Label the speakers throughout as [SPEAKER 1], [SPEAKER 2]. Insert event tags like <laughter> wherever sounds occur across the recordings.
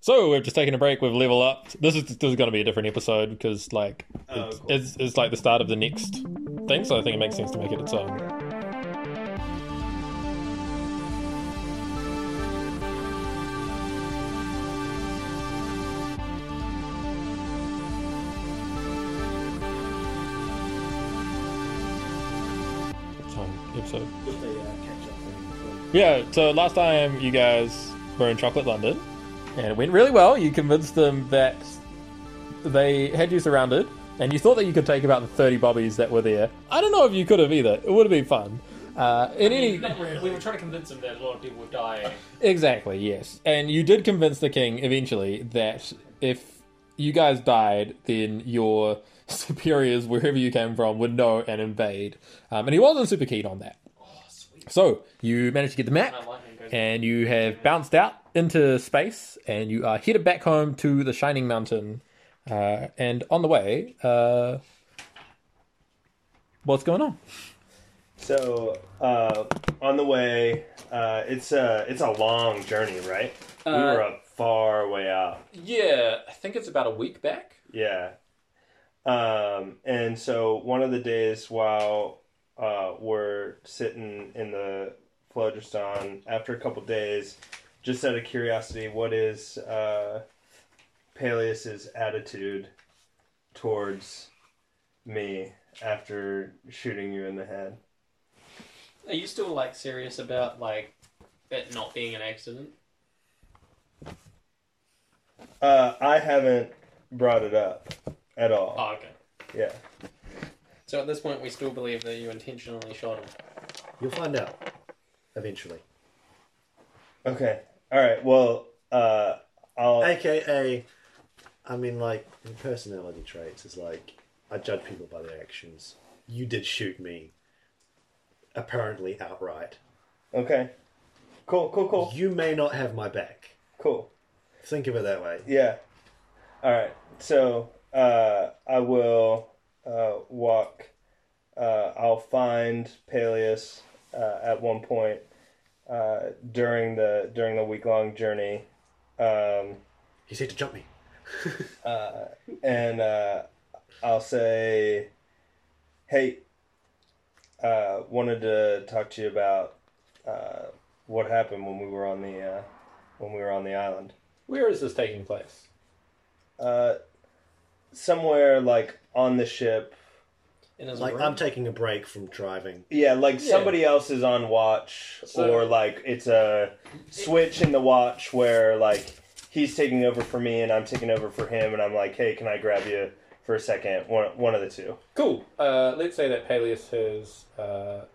[SPEAKER 1] So we've just taken a break. We've level up. This is this is going to be a different episode because like
[SPEAKER 2] Oh,
[SPEAKER 1] it's,
[SPEAKER 2] cool.
[SPEAKER 1] it's it's like the start of the next thing. So I think it makes sense to make it its own. It's own episode.
[SPEAKER 2] With the uh, catch up thing.
[SPEAKER 1] Yeah, so last time you guys were in Chocolate London, and it went really well. You convinced them that they had you surrounded, and you thought that you could take about the 30 bobbies that were there. I don't know if you could have either. It would have been fun. Uh, in any,
[SPEAKER 3] Not really. We were trying to convince him that a lot of people were dying.
[SPEAKER 1] exactly, yes. And you did convince the king eventually that if you guys died, then your <laughs> superiors, wherever you came from, would know and invade. Um, and he wasn't super keen on that.
[SPEAKER 3] Oh, sweet.
[SPEAKER 1] So you managed to get the map.
[SPEAKER 3] My lightning goes.
[SPEAKER 1] and you have bounced out into space and you are headed back home to the shining mountain uh, and on the way uh, what's going on
[SPEAKER 2] So uh, on the way, uh, it's a it's a long journey, right? we were a far way out.
[SPEAKER 1] yeah i think it's about a week back
[SPEAKER 2] Yeah. Um, and so one of the days while uh, we're sitting in the phlogiston, after a couple days, just out of curiosity, what is uh, Peleus's attitude towards me after shooting you in the head?
[SPEAKER 3] Are you still like serious about like it not being an accident?
[SPEAKER 2] Uh, I haven't brought it up at all.
[SPEAKER 3] Oh, okay.
[SPEAKER 2] Yeah.
[SPEAKER 3] So at this point, we still believe that you intentionally shot him.
[SPEAKER 4] You'll find out eventually.
[SPEAKER 2] Okay. All right. Well, uh, I'll.
[SPEAKER 4] AKA, I mean, like, in personality traits is like, I judge people by their actions. You did shoot me, apparently outright.
[SPEAKER 2] Okay. Cool. Cool. Cool.
[SPEAKER 4] You may not have my back.
[SPEAKER 2] Cool.
[SPEAKER 4] Think of it that way.
[SPEAKER 2] Yeah. All right. So uh, I will uh, walk. Uh, I'll find Peleus uh, at one point uh, during the during the week long journey, um,
[SPEAKER 4] He said to jump me.
[SPEAKER 2] uh, and uh, I'll say, "Hey, uh, wanted to talk to you about uh, what happened when we were on the uh, when we were on the island."
[SPEAKER 1] where is this taking place
[SPEAKER 2] Uh, somewhere like on the ship.
[SPEAKER 3] In his
[SPEAKER 4] Like,
[SPEAKER 3] room.
[SPEAKER 4] I'm taking a break from driving.
[SPEAKER 2] Yeah, like
[SPEAKER 1] Yeah.
[SPEAKER 2] somebody else is on watch,
[SPEAKER 3] So-
[SPEAKER 2] or like it's a switch in the watch where like he's taking over for me and I'm taking over for him, and I'm like, hey, can I grab you for a second? One, one of the two.
[SPEAKER 1] cool uh, let's say that peleus has uh,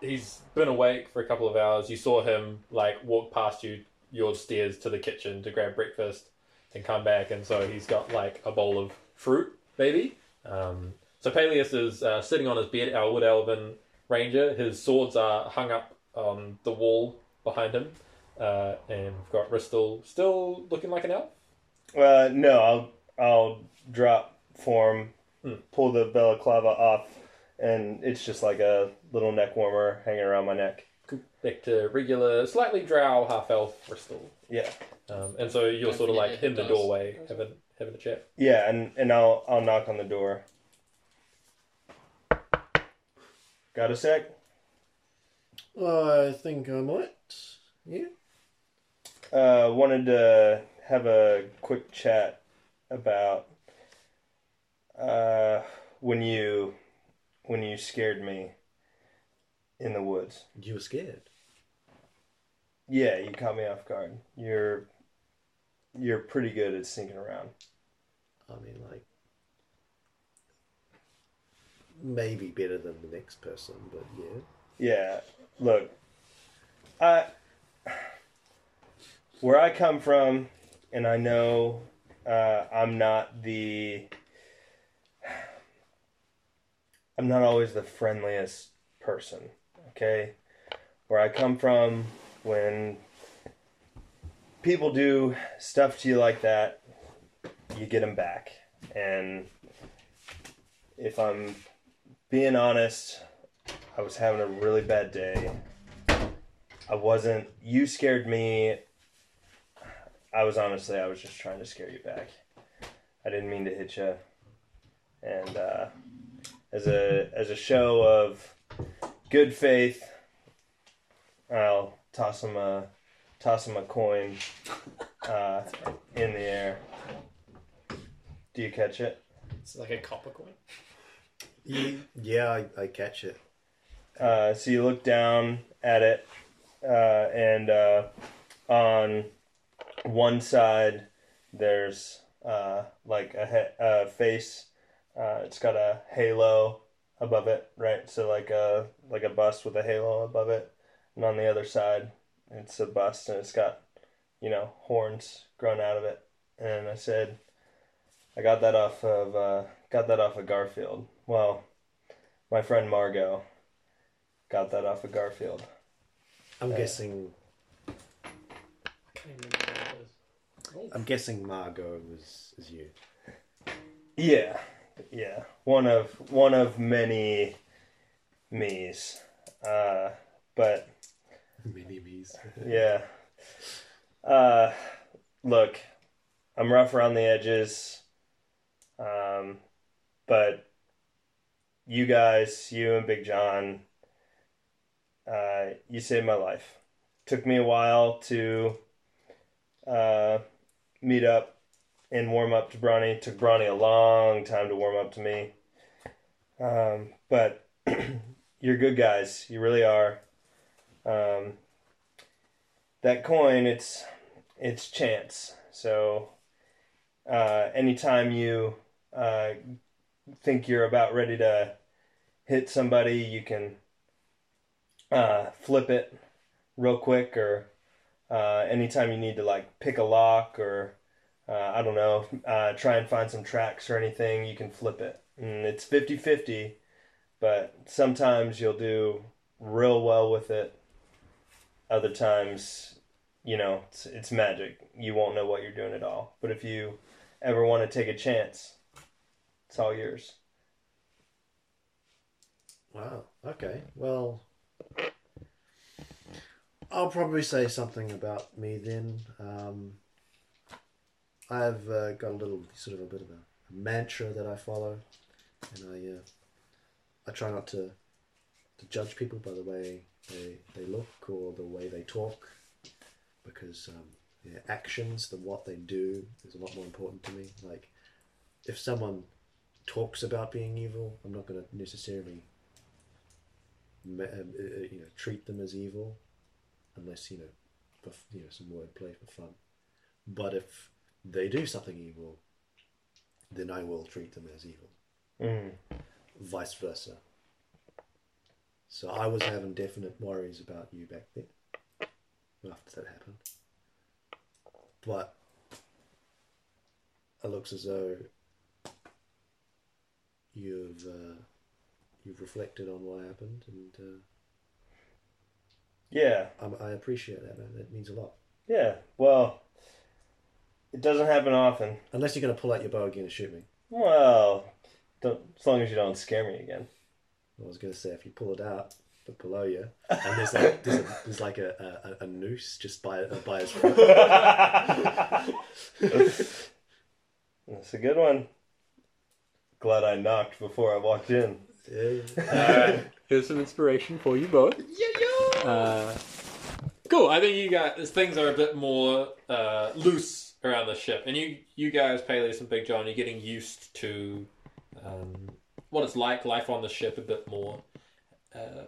[SPEAKER 1] he's been awake for a couple of hours you saw him like walk past you your stairs to the kitchen to grab breakfast and come back and so he's got like a bowl of fruit maybe Um, so Peleus is uh, sitting on his bed, our wood elven ranger. His swords are hung up on the wall behind him. Uh, and we've got Ristel still looking like an elf.
[SPEAKER 2] Uh, no, I'll I'll drop form,
[SPEAKER 1] Hmm.
[SPEAKER 2] pull the balaclava off, and it's just like a little neck warmer hanging around my neck.
[SPEAKER 1] Back to regular, slightly drow half elf Ristel.
[SPEAKER 2] Yeah.
[SPEAKER 1] Um, and so you're
[SPEAKER 3] Don't
[SPEAKER 1] sort of like
[SPEAKER 3] forget to hit
[SPEAKER 1] in the
[SPEAKER 3] those.
[SPEAKER 1] doorway having, having a chat.
[SPEAKER 2] Yeah, and, and I'll I'll knock on the door. Got a sec?
[SPEAKER 4] I think I might. Yeah.
[SPEAKER 2] Uh, wanted to have a quick chat about uh, when you when you scared me in the woods.
[SPEAKER 4] You were scared.
[SPEAKER 2] Yeah, you caught me off guard. You're you're pretty good at sneaking around.
[SPEAKER 4] I mean, like, maybe better than the next person, but yeah.
[SPEAKER 2] Yeah, look, I where I come from, and I know uh, I'm not the I'm not always the friendliest person. Okay, where I come from, when people do stuff to you like that, you get them back, and if I'm being honest, I was having a really bad day. I wasn't. You scared me. I was honestly, I was just trying to scare you back. I didn't mean to hit you. And uh, as a as a show of good faith, I'll toss him a toss him a coin uh, in the air. Do you catch it?
[SPEAKER 3] It's like a copper coin.
[SPEAKER 5] You, yeah, I, I catch it.
[SPEAKER 2] Uh, so you look down at it, uh, and uh, on one side there's uh, like a, he- a face. Uh, it's got a halo above it, right? So like a like a bust with a halo above it, and on the other side it's a bust, and it's got you know horns grown out of it. And I said, I got that off of uh, got that off of Garfield. Well, my friend Margot got that off of Garfield.
[SPEAKER 5] I'm
[SPEAKER 2] Uh,
[SPEAKER 5] guessing.
[SPEAKER 3] I can't even remember what it is.
[SPEAKER 5] I'm guessing Margot was is you.
[SPEAKER 2] Yeah, yeah. One of one of many me's. Uh, but
[SPEAKER 5] Mini bees.
[SPEAKER 2] yeah. Uh, look, I'm rough around the edges. Um, but you guys, you and Big John, uh, you saved my life. Took me a while to uh, meet up and warm up to Bronny. Took Bronny a long time to warm up to me. Um, but <clears throat> you're good guys. You really are. Um, that coin it's it's chance so uh anytime you uh think you're about ready to hit somebody you can uh flip it real quick or uh anytime you need to like pick a lock or uh, I don't know, uh, try and find some tracks or anything, you can flip it. And it's 50 50, but sometimes you'll do real well with it other times you know it's, it's magic you won't know what you're doing at all but if you ever want to take a chance it's all yours
[SPEAKER 5] Wow. Okay. Well, I'll probably say something about me then. Um, I've uh, got a little sort of a bit of a mantra that I follow, and I uh, I try not to to judge people by the way they they look or the way they talk, because um, their actions, the what they do, is a lot more important to me. Like, if someone talks about being evil, I'm not going to necessarily ma- um, uh, uh, you know treat them as evil, unless you know, for, f- you know some wordplay for fun. But if they do something evil, then I will treat them as evil.
[SPEAKER 2] mm.
[SPEAKER 5] Vice versa. So I was having definite worries about you back then. After that happened, but it looks as though you've uh, you've reflected on what happened and. Uh,
[SPEAKER 2] yeah
[SPEAKER 5] Um, I appreciate that, man. That means a lot.
[SPEAKER 2] yeah well it doesn't happen often
[SPEAKER 5] Unless you're going to pull out your bow again and shoot me.
[SPEAKER 2] well don't, as long as you don't scare me <laughs> again
[SPEAKER 5] I was going to say, if you pull it out, but below you, and there's like there's, a, there's like a, a, a noose just by uh, by
[SPEAKER 4] <laughs>
[SPEAKER 5] his throat.
[SPEAKER 2] that's a good one glad i knocked before i walked in
[SPEAKER 5] Yeah.
[SPEAKER 1] Alright, here's some inspiration for you both.
[SPEAKER 3] Yeah, yeah.
[SPEAKER 1] Uh, cool. I think you guys things are a bit more uh, loose around the ship, and you you guys, Peleus and Big John, you're getting used to um, what it's like life on the ship a bit more. Uh,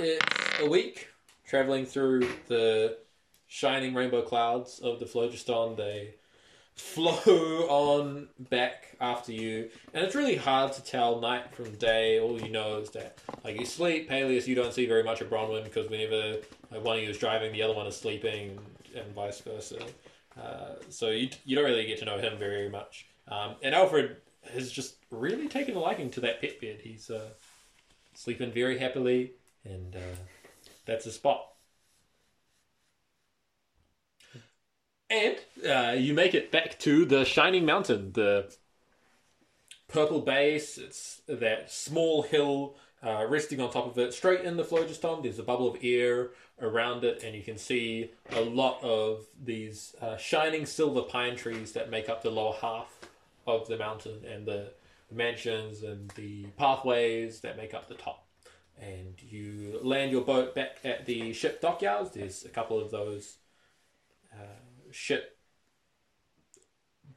[SPEAKER 1] it's a week traveling through the shining rainbow clouds of the phlogiston. They <laughs> flow on back after you, and it's really hard to tell night from day. All you know is that like you sleep, Peleus, you don't see very much of Bronwyn because whenever like, one of you is driving, the other one is sleeping, and vice versa. Uh, so you, you don't really get to know him very much. Um, and Alfred has just really taken a liking to that pet bed. He's uh, sleeping very happily, and uh, that's his spot. And uh, you make it back to the Shining Mountain, the purple base. It's that small hill uh, resting on top of it, straight in the phlogiston. There's a bubble of air around it, and you can see a lot of these uh, shining silver pine trees that make up the lower half of the mountain and the mansions and the pathways that make up the top. And you land your boat back at the ship dockyards. There's a couple of those uh, ship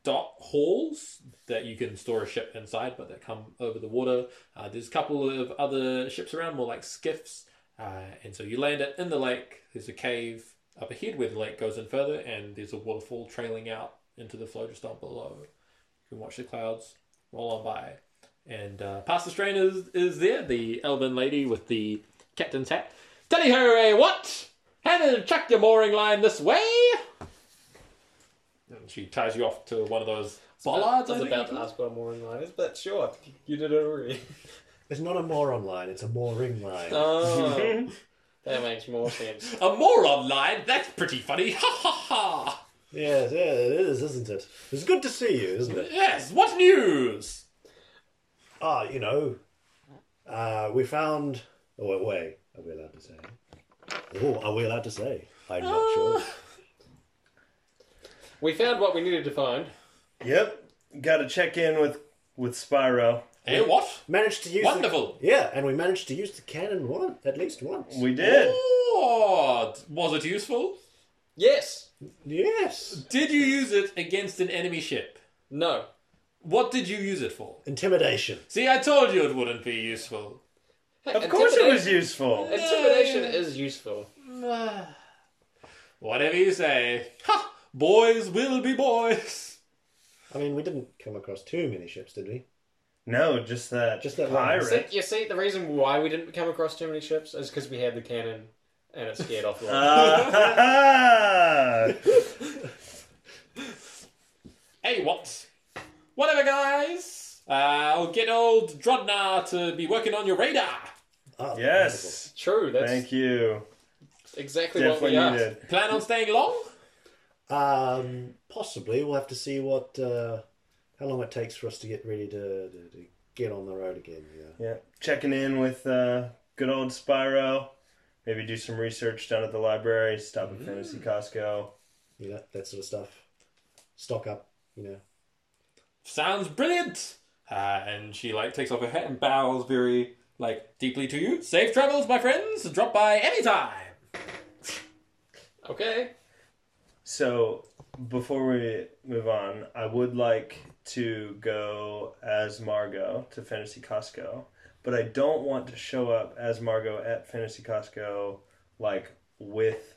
[SPEAKER 1] dock halls that you can store a ship inside, but that come over the water. Uh, there's a couple of other ships around, more like skiffs. Uh, and so you land it in the lake. There's a cave up ahead where the lake goes in further, and there's a waterfall trailing out into the phlogiston below. You can watch the clouds roll on by. And uh, Pastor Strain is, is there, the elven lady with the captain's hat. Teddy hooray, what? Hannah, chuck your mooring line this way! And she ties you off to one of those bollards.
[SPEAKER 3] I was
[SPEAKER 1] I think
[SPEAKER 3] about
[SPEAKER 1] it
[SPEAKER 3] to
[SPEAKER 1] is.
[SPEAKER 3] ask what more in line is, but sure, you did it already.
[SPEAKER 4] It's not a moron line, it's a mooring line.
[SPEAKER 3] <laughs> Oh, that makes more sense.
[SPEAKER 1] A moron line? That's pretty funny. Ha ha ha!
[SPEAKER 4] Yes, yeah, it is, isn't it? It's good to see you, isn't it?
[SPEAKER 1] Yes, what news?
[SPEAKER 4] Ah, you know, uh, we found. Oh, wait, wait, are we allowed to say? Oh, are we allowed to say? I'm not sure.
[SPEAKER 3] We found what we needed to find.
[SPEAKER 2] Yep. Got to check in with with Spyro.
[SPEAKER 1] Eh, what?
[SPEAKER 4] Managed to use.
[SPEAKER 1] Wonderful.
[SPEAKER 4] The, yeah, and we managed to use the cannon one at least once.
[SPEAKER 2] We did.
[SPEAKER 1] Oh, was it useful?
[SPEAKER 3] Yes.
[SPEAKER 4] yes.
[SPEAKER 1] Did you use it against an enemy ship?
[SPEAKER 3] No.
[SPEAKER 1] What did you use it for?
[SPEAKER 4] Intimidation.
[SPEAKER 1] See, I told you it wouldn't be useful.
[SPEAKER 2] Of course, it was useful.
[SPEAKER 3] Intimidation is useful.
[SPEAKER 1] <sighs> Whatever you say. Ha! Boys will be boys.
[SPEAKER 4] I mean, we didn't come across too many ships, did we?
[SPEAKER 2] No, just that.
[SPEAKER 4] Just that one.
[SPEAKER 3] See,
[SPEAKER 2] pirate.
[SPEAKER 3] you see, the reason why we didn't come across too many ships is because we had the cannon and it scared off
[SPEAKER 2] <laughs>
[SPEAKER 3] a lot.
[SPEAKER 2] Uh, Ah,
[SPEAKER 1] Hey, what? Whatever, guys. Uh, I'll get old Drodnar to be working on your radar.
[SPEAKER 4] Ah, wonderful.
[SPEAKER 2] <laughs> yes.
[SPEAKER 3] True, that's
[SPEAKER 2] Thank you.
[SPEAKER 3] exactly what
[SPEAKER 2] Definitely
[SPEAKER 3] we asked.
[SPEAKER 2] needed.
[SPEAKER 1] Plan on staying long?
[SPEAKER 4] Um, possibly we'll have to see what uh, how long it takes for us to get ready to, to, to get on the road again. Yeah.
[SPEAKER 2] Yeah. Checking in with uh, good old Spyro. Maybe do some research down at the library. Stop at Fantasy Costco.
[SPEAKER 4] you know that sort of stuff. Stock up, you know.
[SPEAKER 1] sounds brilliant uh, and she like takes off her hat and bows very like deeply to you safe travels my friends drop by anytime
[SPEAKER 3] Okay.
[SPEAKER 2] So before we move on, I would like to go as Margot to Fantasy Costco, but I don't want to show up as Margot at Fantasy Costco like with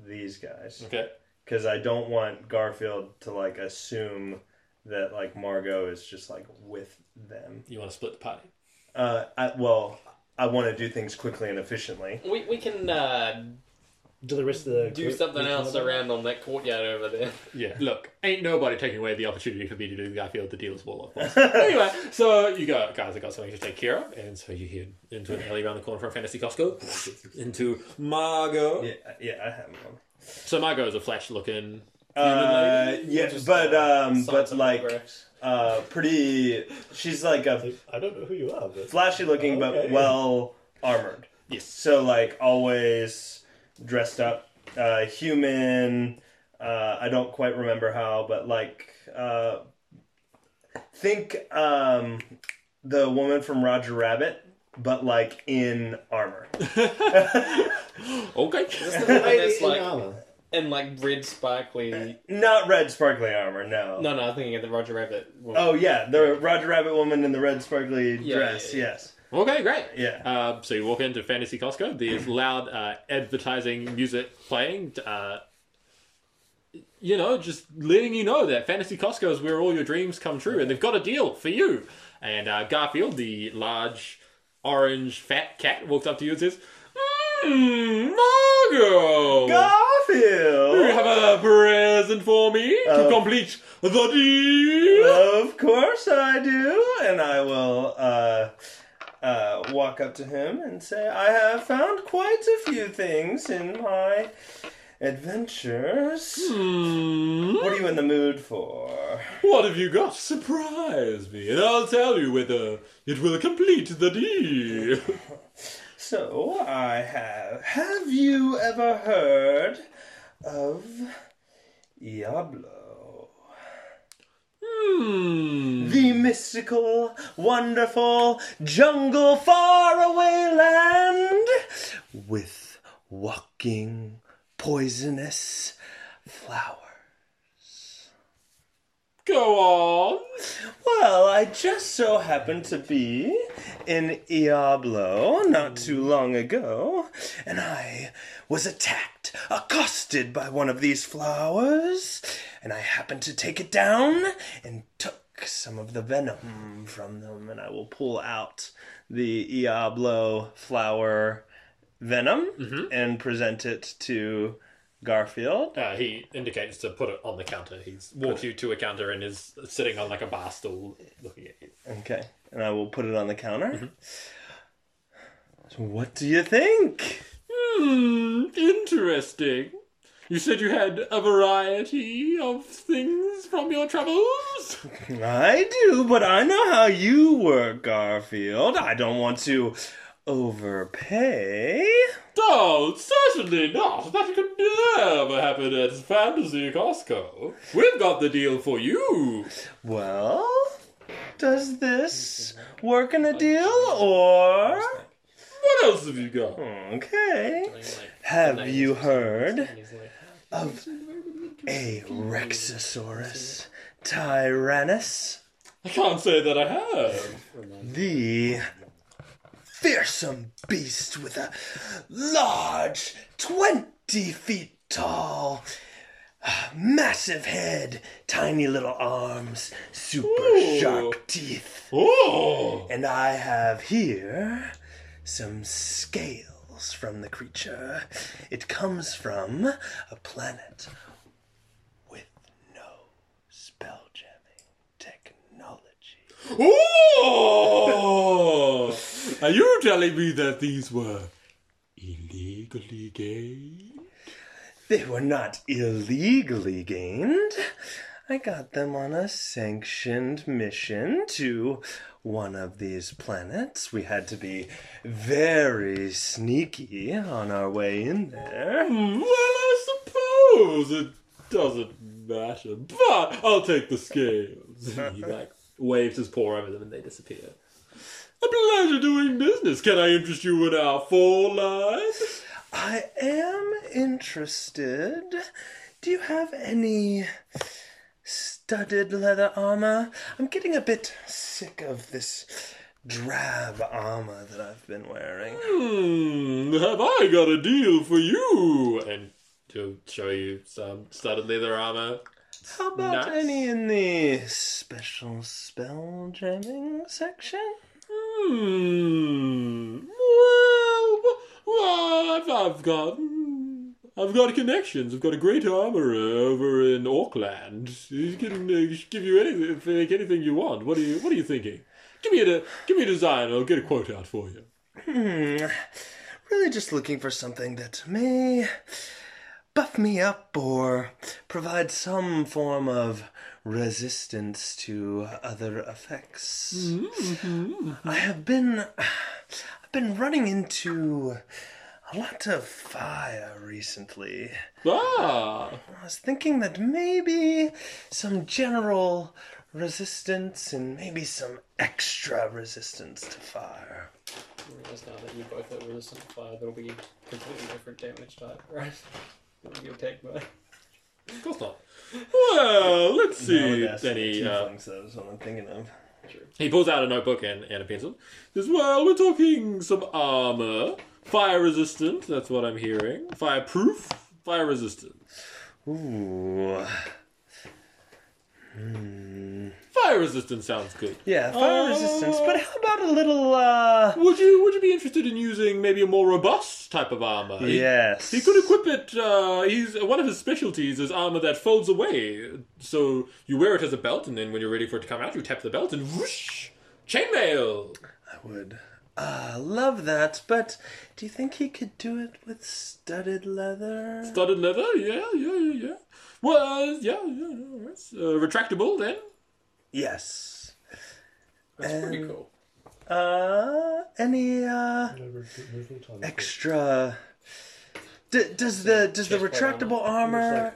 [SPEAKER 2] these guys
[SPEAKER 1] okay
[SPEAKER 2] because I don't want Garfield to like assume that like Margot is just like with them.
[SPEAKER 1] you want to split the party
[SPEAKER 2] Uh, I, well, I want to do things quickly and efficiently. <laughs>
[SPEAKER 3] We, we can uh,
[SPEAKER 4] Do the rest of the
[SPEAKER 3] do
[SPEAKER 4] group-
[SPEAKER 3] something
[SPEAKER 4] each
[SPEAKER 3] else
[SPEAKER 4] other?
[SPEAKER 3] around on that courtyard over <laughs> there.
[SPEAKER 1] yeah look ain't nobody taking away the opportunity for me to do the Garfield the dealer's wall of course anyway so you go guys I got something to take care of and so you head into an alley around the corner from Fantasy Costco into Margot
[SPEAKER 2] Yeah, yeah, I have one.
[SPEAKER 1] so Margot is a flash looking
[SPEAKER 2] Uh, yeah, but um,
[SPEAKER 3] Science
[SPEAKER 2] but
[SPEAKER 3] uh, of
[SPEAKER 2] like.
[SPEAKER 3] <laughs> progress.
[SPEAKER 2] uh, pretty. She's like a
[SPEAKER 4] I don't know who you are, but
[SPEAKER 2] flashy looking,
[SPEAKER 4] Okay.
[SPEAKER 2] but well armored.
[SPEAKER 1] yes
[SPEAKER 2] So like always dressed up, uh, human. Uh, I don't quite remember how, but like uh, think um, the woman from Roger Rabbit, but like in
[SPEAKER 3] <laughs>
[SPEAKER 2] armor. <laughs>
[SPEAKER 1] okay
[SPEAKER 3] Is this the
[SPEAKER 4] The
[SPEAKER 3] one
[SPEAKER 4] lady
[SPEAKER 3] <laughs> that's
[SPEAKER 4] in
[SPEAKER 3] like
[SPEAKER 4] armor.
[SPEAKER 3] in like red sparkly.
[SPEAKER 2] Not red sparkly armor, no.
[SPEAKER 3] No, no, I'm thinking of the Roger Rabbit. One.
[SPEAKER 2] Oh yeah, the Roger Rabbit woman in the red sparkly
[SPEAKER 3] Yeah,
[SPEAKER 2] dress.
[SPEAKER 3] yeah, Uh, yeah.
[SPEAKER 2] Yes.
[SPEAKER 1] okay great
[SPEAKER 2] Yeah.
[SPEAKER 1] Um, so you walk into Fantasy Costco.
[SPEAKER 2] <clears throat>
[SPEAKER 1] There's loud uh, advertising music playing. Uh, you know, just letting you know that Fantasy Costco is where all your dreams come true, and they've got a deal for you. And uh, Garfield, the large, orange, fat cat, walks up to you and says, Mmm, Margo!
[SPEAKER 2] Garfield.
[SPEAKER 1] Do you have a present for me to
[SPEAKER 2] Uh,
[SPEAKER 1] complete the deal?
[SPEAKER 2] Of course I do, and I will uh, uh, walk up to him and say, "I have found quite a few things in my adventures.
[SPEAKER 1] Hmm.
[SPEAKER 2] What are you in the mood for?
[SPEAKER 1] What have you got? Surprise me, and I'll tell you whether it will complete the deal.
[SPEAKER 2] So I have. Have you ever heard of Diablo?
[SPEAKER 1] Hmm.
[SPEAKER 2] The mystical, wonderful jungle, faraway land with walking, poisonous flowers.
[SPEAKER 1] Go on.
[SPEAKER 2] Well, I just so happened to be in Diablo not too long ago, and I was attacked, accosted by one of these flowers, and I happened to take it down and took some of the venom from them, and I will pull out the Diablo flower venom and present it to Garfield.
[SPEAKER 1] Uh, he indicates to put it on the counter. He's walks you to a counter and is sitting on like a bar stool looking at you.
[SPEAKER 2] Okay, and I will put it on the counter. So what do you think?
[SPEAKER 1] Hmm, interesting. You said you had a variety of things from your travels?
[SPEAKER 2] I do, but I know how you work, Garfield. I don't want to overpay.
[SPEAKER 1] No, certainly not. That could never happen at Fantasy Costco. We've got the deal for you.
[SPEAKER 2] Well, does this work in a deal or.
[SPEAKER 1] What else have you got?
[SPEAKER 2] Okay.
[SPEAKER 3] Like,
[SPEAKER 2] Have you heard
[SPEAKER 3] and he's like,
[SPEAKER 2] of a Rexosaurus Tyrannus?
[SPEAKER 1] I can't say that I have.
[SPEAKER 2] the fearsome beast with a large, 20 feet tall, massive head, tiny little arms, super
[SPEAKER 1] Ooh.
[SPEAKER 2] sharp teeth.
[SPEAKER 1] Oh,
[SPEAKER 2] And I have here some scales from the creature. It comes from a planet with no spelljamming technology.
[SPEAKER 1] oh! Are you telling me that these were illegally gay?
[SPEAKER 2] They were not illegally gained. I got them on a sanctioned mission to one of these planets. We had to be very sneaky on our way in there.
[SPEAKER 1] Hmm, Well, I suppose it doesn't matter, but I'll take the scales. <laughs> he like waves his paw over them and they disappear. A pleasure doing business. Can I interest you in our four line?
[SPEAKER 2] I am interested. Do you have any studded leather armor? I'm getting a bit sick of this drab armor that I've been wearing.
[SPEAKER 1] Hmm, have I got a deal for you? And to show you some studded leather armor.
[SPEAKER 2] How about
[SPEAKER 1] Nice.
[SPEAKER 2] any in the special spell jamming section?
[SPEAKER 1] Hmm. Well, well I've, I've got. hmm, I've got connections. I've got a great armorer over in Auckland. He can uh, give you anything, make anything you want. What are you What are you thinking? Give me a de- give me a design. I'll get a quote out for you.
[SPEAKER 2] Hmm. Really just looking for something that may buff me up or provide some form of resistance to other effects. I have been I've been running into a lot of fire recently.
[SPEAKER 1] Ah,
[SPEAKER 2] I was thinking that maybe some general resistance and maybe some extra resistance to fire.
[SPEAKER 3] I realize now that you both are resistant to fire, that'll be a completely different damage type, <laughs> right? That'll be attacked by.
[SPEAKER 1] of course not. Well, let's see.
[SPEAKER 2] Nowadays,
[SPEAKER 1] Then he uh,
[SPEAKER 2] tieflings, that was what I'm thinking of.
[SPEAKER 1] He pulls out a notebook and, and a pencil. Says, Well, we're talking some armor. Fire resistant, that's what I'm hearing. Fireproof, fire resistant.
[SPEAKER 2] Ooh.
[SPEAKER 1] Fire resistant sounds good.
[SPEAKER 2] Yeah, fire
[SPEAKER 1] Uh,
[SPEAKER 2] resistance, but how about a little, uh.
[SPEAKER 1] Would you would you be interested in using maybe a more robust type of armor? He-
[SPEAKER 2] Yes.
[SPEAKER 1] He, could equip it. Uh, he's one of his specialties is armor that folds away. So you wear it as a belt, and then when you're ready for it to come out, you tap the belt and whoosh, chainmail.
[SPEAKER 2] I would. Ah, love that, but do you think he could do it with studded leather?
[SPEAKER 1] Studded leather, yeah, yeah, yeah, yeah. Well, uh, yeah, yeah, yeah. It's, uh, retractable then.
[SPEAKER 2] yes.
[SPEAKER 3] That's pretty
[SPEAKER 2] Um, <laughs>
[SPEAKER 3] cool.
[SPEAKER 2] Uh, any uh
[SPEAKER 4] No re- removal time.
[SPEAKER 2] extra? D- does the does the
[SPEAKER 3] Chest plate
[SPEAKER 2] retractable
[SPEAKER 4] armor.
[SPEAKER 2] armor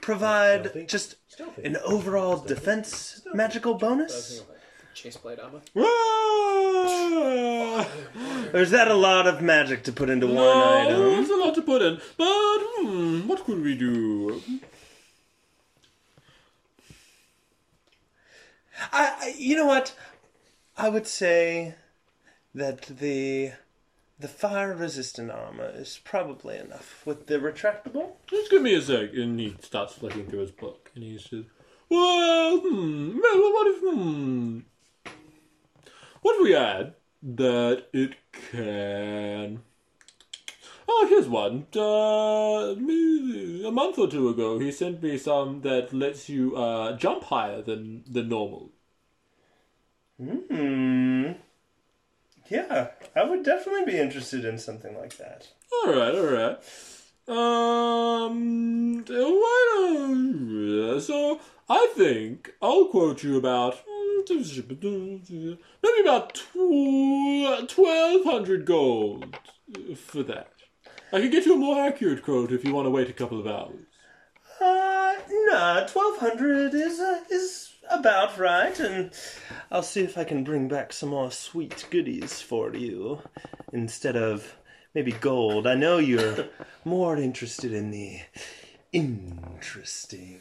[SPEAKER 2] provide
[SPEAKER 4] Stealthy.
[SPEAKER 2] just
[SPEAKER 4] Stealthy.
[SPEAKER 2] an overall defense magical bonus?
[SPEAKER 3] Chest plate armor.
[SPEAKER 1] Whoa!
[SPEAKER 2] Or is that a lot of magic to put into one
[SPEAKER 1] No,
[SPEAKER 2] item?
[SPEAKER 1] it's a lot to put in, but hmm, what could we do?
[SPEAKER 2] I, I you know what? I would say that the the fire resistant armor is probably enough with the retractable.
[SPEAKER 1] Just give me a sec. And he starts looking through his book, and he says, "Well, hmm, well, what if, hmm, what if we add that it can?" Oh, here's one. Uh, me- a month or two ago, he sent me some that lets you uh, jump higher than than normal.
[SPEAKER 2] Hmm. Yeah, I would definitely be interested in something like that.
[SPEAKER 1] All right, all right. Um, why don't, yeah, so I think I'll quote you about maybe about twelve hundred gold for that. I can get you a more accurate quote if you want to wait a couple of hours.
[SPEAKER 2] Uh, nah, twelve hundred is uh, is about right, and I'll see if I can bring back some more sweet goodies for you instead of maybe gold. I know you're more interested in the interesting.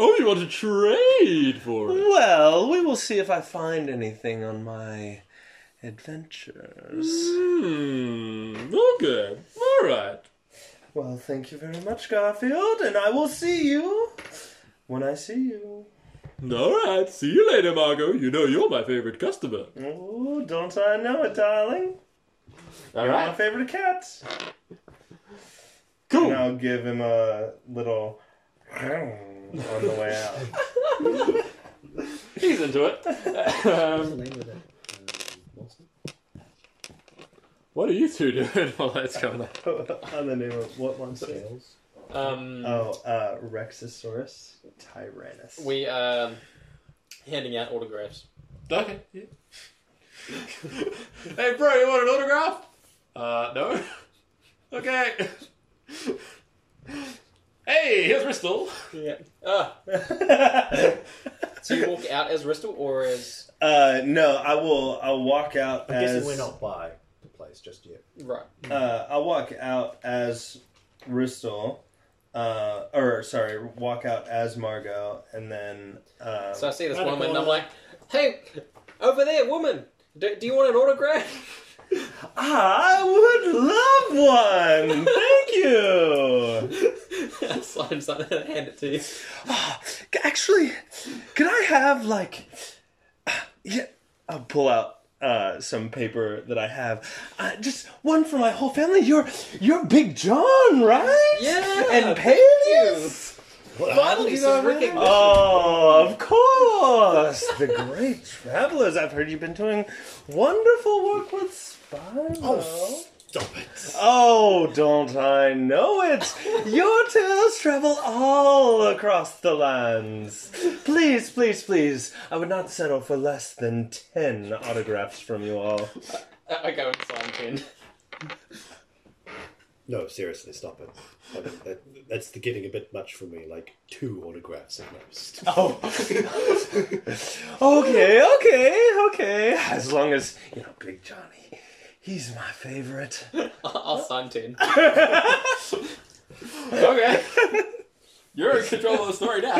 [SPEAKER 1] Oh, you want to trade for it?
[SPEAKER 2] Well, we will see if I find anything on my adventures.
[SPEAKER 1] Hmm. Okay. All right.
[SPEAKER 2] Well, thank you very much, Garfield, and I will see you when I see you.
[SPEAKER 1] All right. See you later, Margot. You know you're my favorite customer.
[SPEAKER 2] Oh, don't I know it, darling?
[SPEAKER 1] All
[SPEAKER 2] You're my favorite cat.
[SPEAKER 1] Cool.
[SPEAKER 2] And I'll give him a little on the way out.
[SPEAKER 1] He's into it.
[SPEAKER 4] What's the
[SPEAKER 1] <laughs> um,
[SPEAKER 4] name of that? Um, monster?
[SPEAKER 1] what are you two doing <laughs> while that's going on?
[SPEAKER 2] <laughs> on the name of what monster?
[SPEAKER 4] Scales.
[SPEAKER 3] Um,
[SPEAKER 2] Oh, uh, Rexosaurus Tyrannus. <laughs>
[SPEAKER 3] We are handing out autographs.
[SPEAKER 1] Okay. <laughs> hey, bro, you want an autograph? Uh, no. <laughs> okay. hey, here's Bristol.
[SPEAKER 3] Yeah. Ah, so you walk out as Ristle or as
[SPEAKER 2] uh, no, I will. I'll walk out
[SPEAKER 4] I'm
[SPEAKER 2] as.
[SPEAKER 4] guessing we're not by the place just yet.
[SPEAKER 3] right?
[SPEAKER 2] Uh, I'll walk out as Ristol. Uh, or sorry, walk out as Margot, and then. Um,
[SPEAKER 3] So I see this woman, and I'm like, "Hey, over there, woman! Do, do you want an autograph?" <laughs>
[SPEAKER 2] I would love one. Thank you.
[SPEAKER 3] I slide something and hand it to you.
[SPEAKER 2] Ah, Actually, could I have like yeah, I'll pull out uh some paper that I have. Uh, just one for my whole family. You're you're Big John, right?
[SPEAKER 3] Yeah,
[SPEAKER 2] And
[SPEAKER 3] thank
[SPEAKER 2] Peleus.
[SPEAKER 3] Finally, some recognition.
[SPEAKER 2] Oh, of course. The great travelers. I've heard you've been doing wonderful work with Spyro. Oh.
[SPEAKER 4] Stop it!
[SPEAKER 2] Oh, don't I know it? Your tales travel all across the lands. Please, please, please, I would not settle for less than ten autographs from you all.
[SPEAKER 3] I I go and sign pen.
[SPEAKER 4] No, seriously, stop it. I mean, that, that's the getting a bit much for me. Like two autographs at most.
[SPEAKER 2] Oh. okay, okay, okay. As long as, you know, Big Johnny, he's my favorite.
[SPEAKER 3] <laughs> I'll, I'll sign ten.
[SPEAKER 1] Okay. You're in control of the story <laughs> now.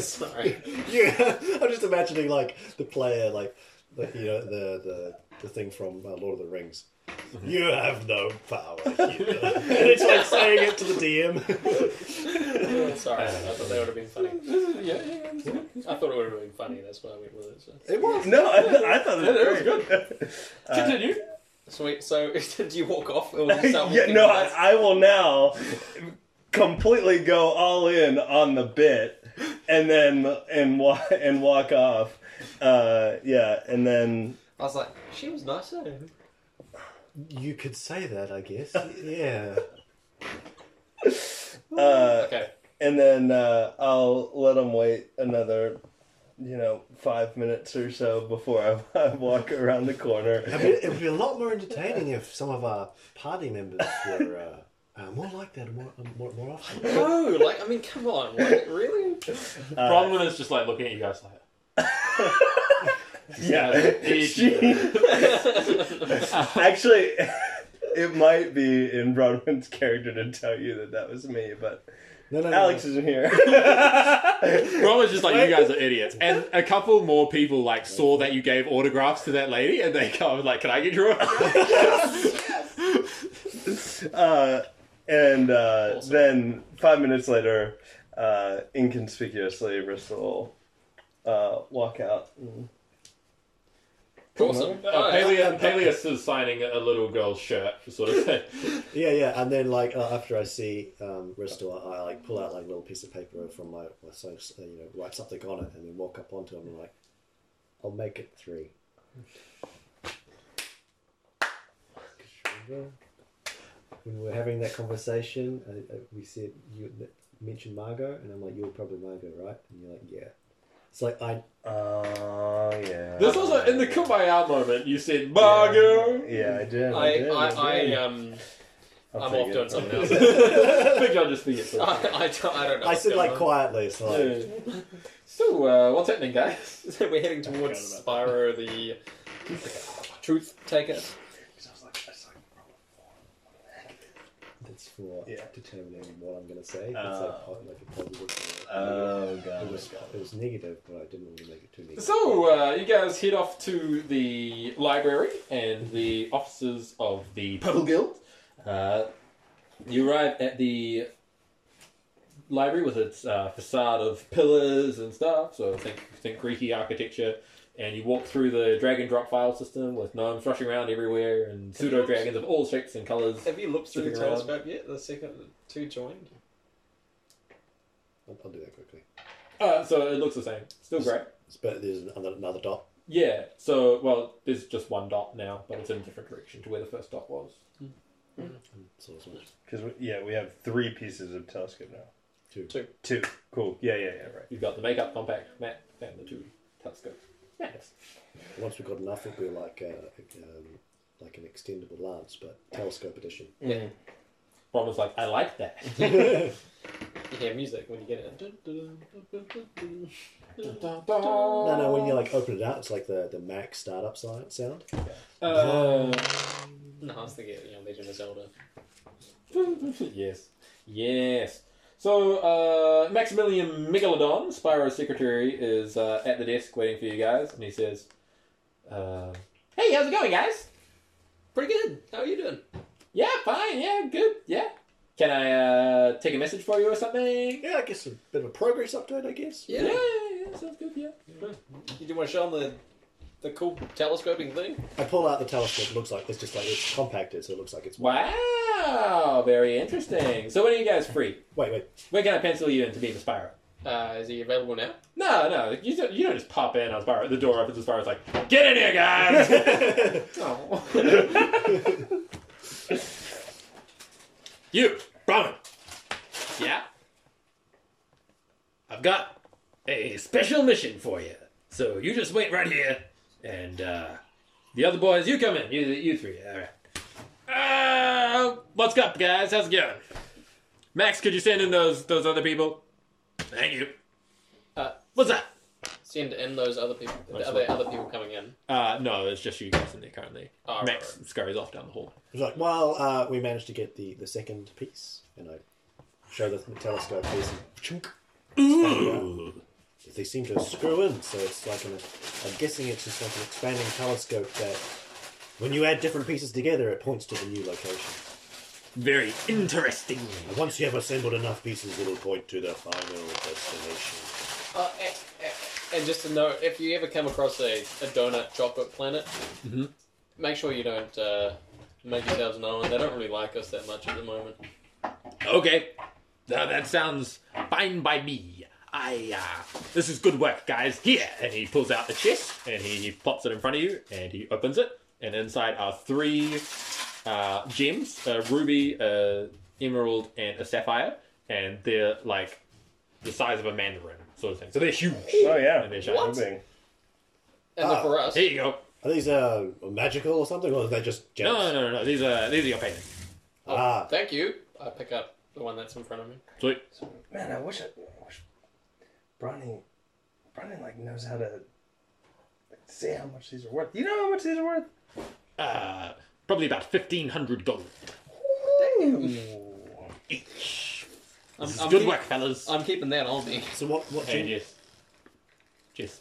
[SPEAKER 3] Sorry.
[SPEAKER 4] Yeah, <laughs> I'm just imagining like the player, like the you know the the, the thing from uh, Lord of the Rings. You have no power. here. <laughs> and it's like saying it to the <laughs> DM.
[SPEAKER 3] Oh, Sorry. I thought that would have been funny.
[SPEAKER 1] yeah, yeah, yeah.
[SPEAKER 3] I thought it would have been funny. That's why I went with it. So.
[SPEAKER 1] It was.
[SPEAKER 2] No, I, th- I thought
[SPEAKER 1] Yeah,
[SPEAKER 2] it
[SPEAKER 1] that
[SPEAKER 2] was
[SPEAKER 1] was
[SPEAKER 2] great.
[SPEAKER 1] Continue.
[SPEAKER 3] Sweet. So <laughs> did you walk off? Or was
[SPEAKER 2] yeah, no, I, I will now completely go all in on the bit, and then and walk and walk off. Uh, yeah, and then
[SPEAKER 3] I was like, she was nice though.
[SPEAKER 5] You could say that, I guess. yeah.
[SPEAKER 2] Uh,
[SPEAKER 3] Okay.
[SPEAKER 2] and then uh, I'll let them wait another, you know, five minutes or so before I, <laughs> I walk around the corner.
[SPEAKER 5] I mean, it would be a lot more entertaining if some of our party members were uh, uh, more like that more, um, more, more often.
[SPEAKER 3] No, like I mean, come on, like, really?
[SPEAKER 1] The problem is just like looking at you guys <laughs> like.
[SPEAKER 2] Yeah, she, <laughs> actually, it might be in Bronwyn's character to tell you that that was me, but
[SPEAKER 5] No, no, no,
[SPEAKER 2] Alex isn't here. <laughs>
[SPEAKER 1] Roman's just like, you guys are idiots. <laughs> And a couple more people like saw that you gave autographs to that lady and they come like, can I get your <laughs> autograph?
[SPEAKER 2] uh, and uh,
[SPEAKER 3] Awesome.
[SPEAKER 2] then five minutes later, uh, inconspicuously, Bristol uh, walk out.
[SPEAKER 3] awesome.
[SPEAKER 1] Uh,
[SPEAKER 3] Alright.
[SPEAKER 1] Peleus, Peleus is signing a little girl's shirt, sort of thing.
[SPEAKER 5] Yeah, yeah, and then like uh, after I see um, Bristol, I, I like pull out like a little piece of paper from my, my so so, you know write something on it, and then walk up onto him and like, I'll make it three. When we were having that conversation, I, I, we said you mentioned Margot, and I'm like, you're probably Margot, right? And you're like, yeah. It's like I
[SPEAKER 2] Oh yeah.
[SPEAKER 1] This was a, in the kumbaya moment. You said, Margo.
[SPEAKER 2] Yeah, I did. I,
[SPEAKER 3] I,
[SPEAKER 2] did,
[SPEAKER 3] I, I
[SPEAKER 2] did.
[SPEAKER 3] um, <laughs>
[SPEAKER 2] I'll
[SPEAKER 3] I'm
[SPEAKER 2] take
[SPEAKER 3] off
[SPEAKER 2] it.
[SPEAKER 3] doing
[SPEAKER 2] <laughs>
[SPEAKER 3] something else.
[SPEAKER 1] <laughs> Big John just forgets. it.
[SPEAKER 3] I, I, don't, I don't know.
[SPEAKER 5] I
[SPEAKER 3] what's
[SPEAKER 5] said
[SPEAKER 3] going
[SPEAKER 5] like
[SPEAKER 3] on.
[SPEAKER 5] quietly, so like,
[SPEAKER 1] So, uh, what's happening, guys?
[SPEAKER 3] So we're heading towards
[SPEAKER 2] forgot
[SPEAKER 3] Spyro <laughs> the Truth Taker.
[SPEAKER 5] That's for
[SPEAKER 2] Yeah.
[SPEAKER 5] determining what I'm going to say. it's
[SPEAKER 2] Oh.
[SPEAKER 5] like, po- like a positive. thing.
[SPEAKER 2] Oh
[SPEAKER 5] it,
[SPEAKER 2] god.
[SPEAKER 5] was, it was negative, but I didn't want to make it too negative.
[SPEAKER 1] So, uh, you guys head off to the library and the offices of the Purple Guild. Uh, you arrive at the library with its uh, facade of pillars and stuff, so think, think Greeky architecture. And you walk through the drag and drop file system with gnomes rushing around everywhere and pseudo dragons of all shapes and colors.
[SPEAKER 3] <laughs> Have you looked through the
[SPEAKER 1] Figure out.
[SPEAKER 3] telescope yet? The second two joined.
[SPEAKER 5] I'll, I'll do that quickly.
[SPEAKER 1] Uh, so it looks the same. Still great.
[SPEAKER 5] But there's another, another dot.
[SPEAKER 1] Yeah, so, well, there's just one dot now, but it's in a different direction to where the first dot was.
[SPEAKER 5] So it's not
[SPEAKER 2] Because yeah, we have three pieces of telescope now.
[SPEAKER 5] two.
[SPEAKER 3] Two.
[SPEAKER 2] Two. Cool. Yeah, yeah, yeah. Right.
[SPEAKER 1] You've got the makeup compact map and the two telescopes. Yeah, yes.
[SPEAKER 5] Once we've got enough, it'll be like a, um, like an extendable lance, but telescope edition. <laughs>
[SPEAKER 3] Yeah.
[SPEAKER 1] Ron was like, I like that.
[SPEAKER 3] You hear music when you get it.
[SPEAKER 5] No, no, when you like open it up, it's like the, the Mac startup si- sound.
[SPEAKER 1] Uh,
[SPEAKER 3] No, I was thinking, you know, Legend of Zelda.
[SPEAKER 1] yes. Yes. So, uh, Maximilian Megalodon, Spyro's secretary, is uh, at the desk waiting for you guys, and he says, uh, Hey, how's it going, guys?
[SPEAKER 3] Pretty good. How are you doing?
[SPEAKER 1] Yeah, fine, yeah, good, yeah. Can I uh, take a message for you or something?
[SPEAKER 5] Yeah, I guess a bit of a progress update, I guess.
[SPEAKER 3] Yeah.
[SPEAKER 1] yeah, yeah sounds good, yeah.
[SPEAKER 3] You do want to show them the the cool telescoping thing?
[SPEAKER 5] I pull out the telescope. It looks like it's just like it's compacted, so it looks like it's.
[SPEAKER 1] Wow, very interesting. So, when are you guys free?
[SPEAKER 5] Wait, wait.
[SPEAKER 1] Where can I pencil you in to be the Spyro?
[SPEAKER 3] Uh, is he available now?
[SPEAKER 1] No, no, you don't, you don't just pop in on Spyro. The door opens and Spyro's like, get in here, guys! <laughs> you, Brahmin. Yeah? I've got a special mission for you. So you just wait right here, and uh, the other boys, you come in. You, you three, alright. Uh, what's up, guys? How's it going? Max, could you send in those those other people? Thank you.
[SPEAKER 3] Uh,
[SPEAKER 1] What's up?
[SPEAKER 3] Send in those other people.
[SPEAKER 1] Nice
[SPEAKER 3] are there
[SPEAKER 1] one.
[SPEAKER 3] other people coming in?
[SPEAKER 1] Uh, no, it's just you guys in there currently.
[SPEAKER 3] Oh, right,
[SPEAKER 1] Max scurries off down the hall.
[SPEAKER 5] He's like, well, uh, we managed to get the, the second piece, and I show the telescope piece. And chunk.
[SPEAKER 1] Ooh.
[SPEAKER 5] They seem to screw in, so it's like an. I'm guessing it's just like an expanding telescope that, when you add different pieces together, it points to the new location.
[SPEAKER 1] <clears throat> Very interesting.
[SPEAKER 5] And once you have assembled enough pieces, it'll point to the final destination.
[SPEAKER 3] Uh, and, and just to note, if you ever come across a, a donut chocolate planet, Mm-hmm.
[SPEAKER 1] Mhm.
[SPEAKER 3] make sure you don't uh, make yourselves known. They don't really like us that much at the moment.
[SPEAKER 1] Okay. Now that sounds fine by me. I, uh, this is good work, guys. Here, and he pulls out the chest and he, he plops it in front of you and he opens it, and inside are three uh, gems: a ruby, a emerald, and a sapphire, and they're like the size of a mandarin sort of thing. So they're huge.
[SPEAKER 2] Oh yeah,
[SPEAKER 1] And they're shiny.
[SPEAKER 2] Moving.
[SPEAKER 3] And
[SPEAKER 5] Ah.
[SPEAKER 3] then for us,
[SPEAKER 1] Here you go.
[SPEAKER 5] Are these uh, magical or something, or are they just
[SPEAKER 1] No,
[SPEAKER 5] gems?
[SPEAKER 1] no, no, no, no. These are these are your paintings.
[SPEAKER 3] Oh,
[SPEAKER 5] Ah.
[SPEAKER 3] thank you. I pick up the one that's in front of me.
[SPEAKER 1] Sweet.
[SPEAKER 2] Man, I wish I, I wish Bronny, Bronny like knows how to like, say how much these are worth. You know how much these are worth?
[SPEAKER 1] Uh, probably about fifteen hundred gold.
[SPEAKER 2] Ooh.
[SPEAKER 3] I'm,
[SPEAKER 1] This is
[SPEAKER 3] I'm
[SPEAKER 1] good
[SPEAKER 3] keep-
[SPEAKER 1] work, fellas.
[SPEAKER 3] I'm keeping that on me.
[SPEAKER 5] So what? What?
[SPEAKER 1] And
[SPEAKER 5] Gem-
[SPEAKER 1] yes, yes.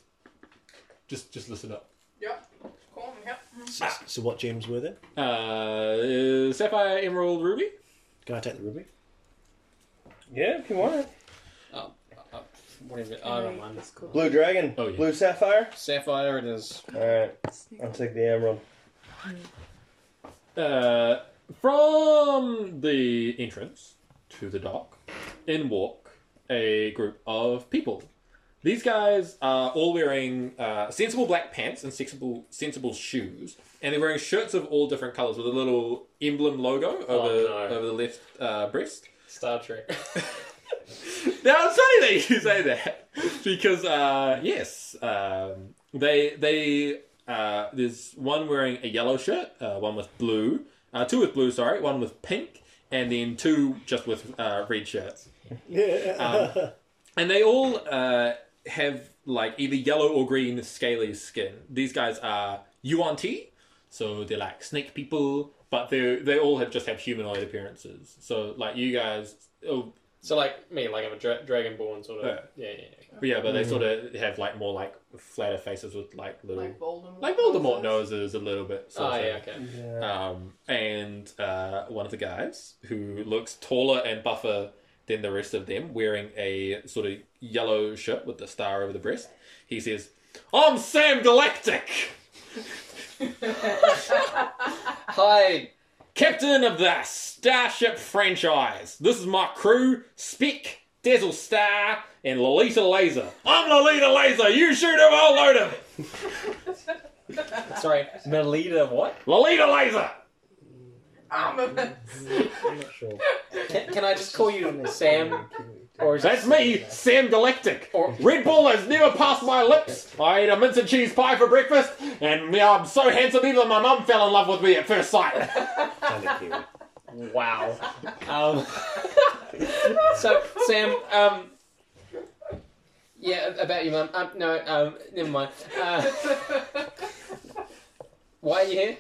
[SPEAKER 1] Just just listen up.
[SPEAKER 3] Yep. Cool. Yep.
[SPEAKER 5] so, Ah, so what gems were there?
[SPEAKER 1] Uh, sapphire, emerald, ruby.
[SPEAKER 5] Can I take the ruby?
[SPEAKER 2] Yeah, if you want it.
[SPEAKER 3] Oh, uh, uh, what is it? I don't mind. It's cool.
[SPEAKER 2] Blue dragon.
[SPEAKER 1] Oh, yeah.
[SPEAKER 2] Blue sapphire.
[SPEAKER 3] Sapphire it is.
[SPEAKER 2] All right, I'll take the emerald.
[SPEAKER 1] Uh, from the entrance to the dock, in walk a group of people. These guys are all wearing uh, sensible black pants and sensible sensible shoes, and they're wearing shirts of all different colors with a little emblem logo over
[SPEAKER 3] Oh, no.
[SPEAKER 1] over the left uh, breast.
[SPEAKER 3] Star Trek. <laughs>
[SPEAKER 1] Now it's funny that you <laughs> say that because uh, yes, um, they they uh, there's one wearing a yellow shirt, uh, one with blue, uh, two with blue, sorry, one with pink, and then two just with uh, red shirts,
[SPEAKER 5] Yeah.
[SPEAKER 1] and they all uh, have like either yellow or green scaly skin. These guys are Yuan Ti, so they're like snake people, but they they all have just have humanoid appearances. So like you guys. Oh,
[SPEAKER 3] so like me, like I'm a dra- dragonborn sort of.
[SPEAKER 1] Yeah.
[SPEAKER 3] Yeah, yeah. yeah.
[SPEAKER 1] But yeah, but they sort of
[SPEAKER 3] Mm.
[SPEAKER 1] have like more like flatter faces with like little like,
[SPEAKER 6] Like Voldemort.
[SPEAKER 1] Voldemort noses a little bit. Sort
[SPEAKER 3] Oh
[SPEAKER 1] of
[SPEAKER 3] yeah,
[SPEAKER 1] thing.
[SPEAKER 3] okay.
[SPEAKER 2] Yeah.
[SPEAKER 1] Um, and uh, one of the guys who looks taller and buffer than the rest of them, wearing a sort of yellow shirt with the star over the breast, he says, "I'm Sam Galactic,
[SPEAKER 3] Hi.
[SPEAKER 1] captain of the Starship franchise. This is my crew: Speck, Dazzle Star, and Lolita Laser. I'm Lolita Laser. You shoot him, I'll load him.
[SPEAKER 3] Sorry, Melita. What?
[SPEAKER 1] Lolita Laser."
[SPEAKER 6] Armaments.
[SPEAKER 4] I'm not
[SPEAKER 1] <laughs>
[SPEAKER 4] sure.
[SPEAKER 3] Can, can I just call <laughs> you Sam? Or is
[SPEAKER 1] That's me, Sam Galactic.
[SPEAKER 3] Or
[SPEAKER 1] Red Bull has never passed my lips. I ate a mince and cheese pie for breakfast, and now I'm so handsome even my mum fell in love with me at first sight. <laughs>
[SPEAKER 5] Kind of kiwi.
[SPEAKER 3] wow. <laughs> Um, so Sam, um, yeah, about your mum. Um, no, um, never mind. Uh, why are you here?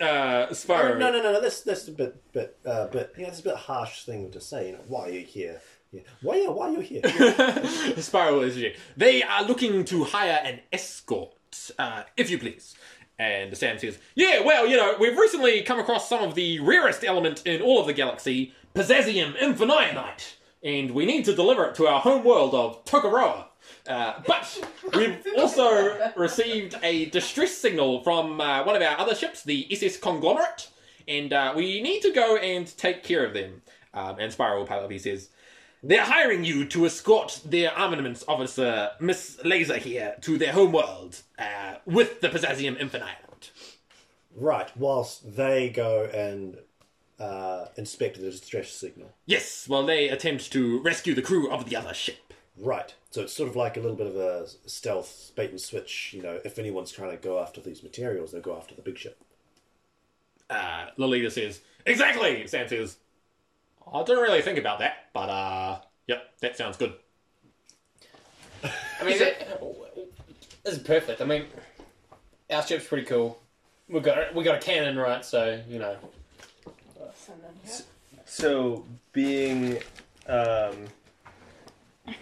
[SPEAKER 1] Uh, Spyro.
[SPEAKER 5] No, no, no, no. That's that's a bit, bit, uh, bit. Yeah, that's a bit harsh thing to say. You know, why are you here? Yeah. Why, yeah, why are you
[SPEAKER 1] <laughs>
[SPEAKER 5] here?
[SPEAKER 1] Spyro is rejected. They are looking to hire an escort, uh, if you please. And Sam says, Yeah, well, you know, we've recently come across some of the rarest element in all of the galaxy, Pizzazium Infinionite, and we need to deliver it to our home world of Tokoroa. Uh, but we've also received a distress signal from uh, one of our other ships, the SS Conglomerate, and uh, we need to go and take care of them. Um, and Spiral Pilot B says, they're hiring you to escort their armaments officer, Miss Laser here, to their homeworld uh, with the Pizzazium Infinite.
[SPEAKER 5] right. Whilst they go and uh, inspect the distress signal.
[SPEAKER 1] Yes, while they attempt to rescue the crew of the other ship.
[SPEAKER 5] Right. So it's sort of like a little bit of a stealth bait and switch. You know, if anyone's trying to go after these materials, they'll go after the big ship.
[SPEAKER 1] Uh, Lolita says, Exactly! Sam says, I didn't really think about that, but uh, yep, that sounds good.
[SPEAKER 3] I mean, that, this is perfect. I mean, our ship's pretty cool. We got we got a cannon, right? So you know,
[SPEAKER 2] So, being um,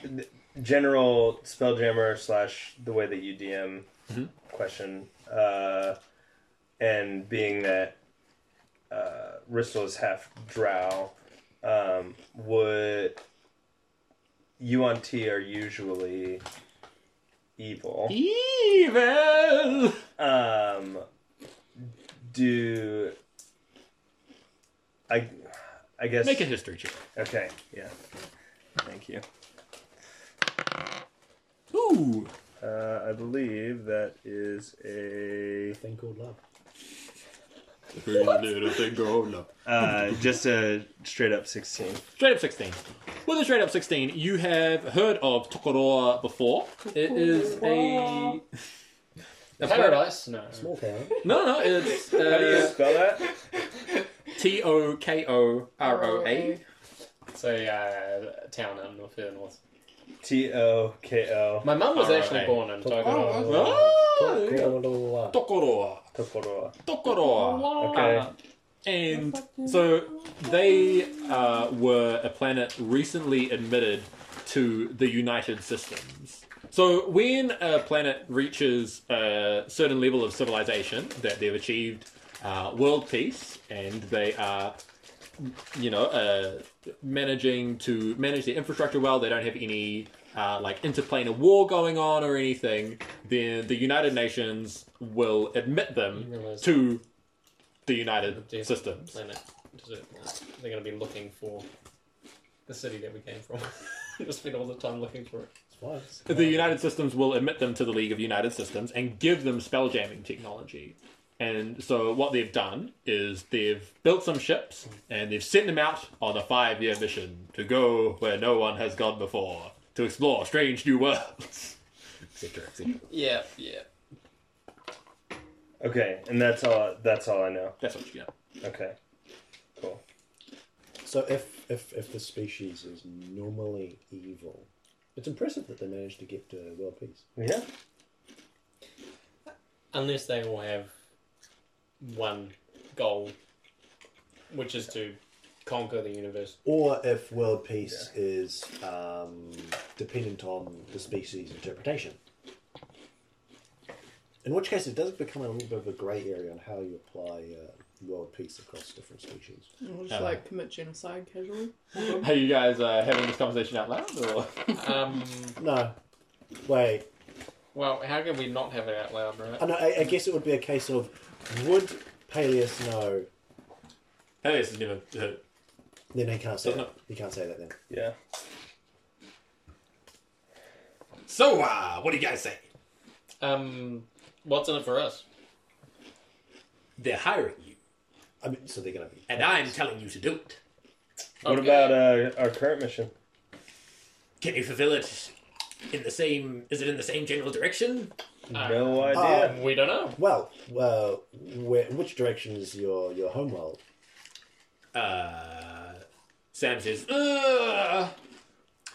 [SPEAKER 2] th- general spelljammer slash the way that you DM question, uh, and being that uh, Ristle is half drow, um, would you on T are usually evil?
[SPEAKER 1] Evil!
[SPEAKER 2] Um, do I? I guess
[SPEAKER 1] Make a history check.
[SPEAKER 2] Okay. Yeah. Thank you.
[SPEAKER 3] Ooh.
[SPEAKER 2] Uh, I believe that is a
[SPEAKER 5] thing called love.
[SPEAKER 6] Very little thing going on.
[SPEAKER 2] uh, just a straight up sixteen.
[SPEAKER 1] Straight up 16. With a straight up 16, you have heard of Tokoroa before. It is a. a
[SPEAKER 3] Paradise? No.
[SPEAKER 1] <laughs>
[SPEAKER 5] Small town.
[SPEAKER 1] No, no, it's
[SPEAKER 2] How do you
[SPEAKER 1] uh,
[SPEAKER 2] spell that?
[SPEAKER 1] T O K O R O A.
[SPEAKER 3] So, uh, a town in North Further North.
[SPEAKER 2] T O K O
[SPEAKER 3] My mum was
[SPEAKER 1] Alright.
[SPEAKER 3] actually born in Tokoroa.
[SPEAKER 1] Ah, there you go.
[SPEAKER 5] Cool.
[SPEAKER 1] Tokoroa.
[SPEAKER 2] Tokoroa.
[SPEAKER 1] Tokoroa.
[SPEAKER 2] Okay.
[SPEAKER 1] And so they uh, were a planet recently admitted to the United Systems. So when a planet reaches a certain level of civilization that they've achieved uh, world peace and they are you know, uh, managing to manage their infrastructure well. They don't have any uh, like interplanar war going on or anything. Then the United Nations will admit them
[SPEAKER 3] Realize-
[SPEAKER 1] to the United
[SPEAKER 3] Yeah.
[SPEAKER 1] Systems.
[SPEAKER 3] planet desert planet. They're going to be looking for the city that we came from. <laughs> Just spend all the time looking for it.
[SPEAKER 1] The United Systems will admit them to the League of United Systems and give them spelljamming technology. And so what they've done is they've built some ships and they've sent them out on a five-year mission to go where no one has gone before to explore strange new worlds, etc., etc.
[SPEAKER 3] Yeah, yeah.
[SPEAKER 2] Okay, and that's all. That's all I know.
[SPEAKER 1] That's what you get.
[SPEAKER 2] Okay, cool.
[SPEAKER 5] So if, if if the species is normally evil, it's impressive that they managed to get to world peace.
[SPEAKER 2] Yeah.
[SPEAKER 3] Unless they all have one goal, which is to conquer the universe.
[SPEAKER 5] Or if world peace is um, dependent on the species' interpretation. In which case, it does become a little bit of a grey area on how you apply uh, world peace across different species.
[SPEAKER 7] We'll just
[SPEAKER 1] Uh-huh.
[SPEAKER 7] like commit genocide casually.
[SPEAKER 1] Are you guys uh, having this conversation out loud? Or?
[SPEAKER 3] Um,
[SPEAKER 5] No, wait.
[SPEAKER 3] well, how can we not have it out loud, right?
[SPEAKER 5] I, know, I, I guess it would be a case of would Peleus know?
[SPEAKER 1] Hey, this is Uh, never heard.
[SPEAKER 5] Then he can't say
[SPEAKER 1] Doesn't
[SPEAKER 5] that. He can't say that then.
[SPEAKER 2] Yeah.
[SPEAKER 1] So, uh, what do you guys say?
[SPEAKER 3] Um, what's in it for us?
[SPEAKER 1] They're hiring you,
[SPEAKER 5] I mean, so they're going to be.
[SPEAKER 1] and I'm telling you to do it.
[SPEAKER 2] What
[SPEAKER 3] Okay.
[SPEAKER 2] about uh, our current mission?
[SPEAKER 1] Can you fulfill it in the same? Is it in the same general direction?
[SPEAKER 2] No idea.
[SPEAKER 3] We don't know.
[SPEAKER 5] Well, well, where, which direction is your your homeworld?
[SPEAKER 1] Uh, Sam says, uh,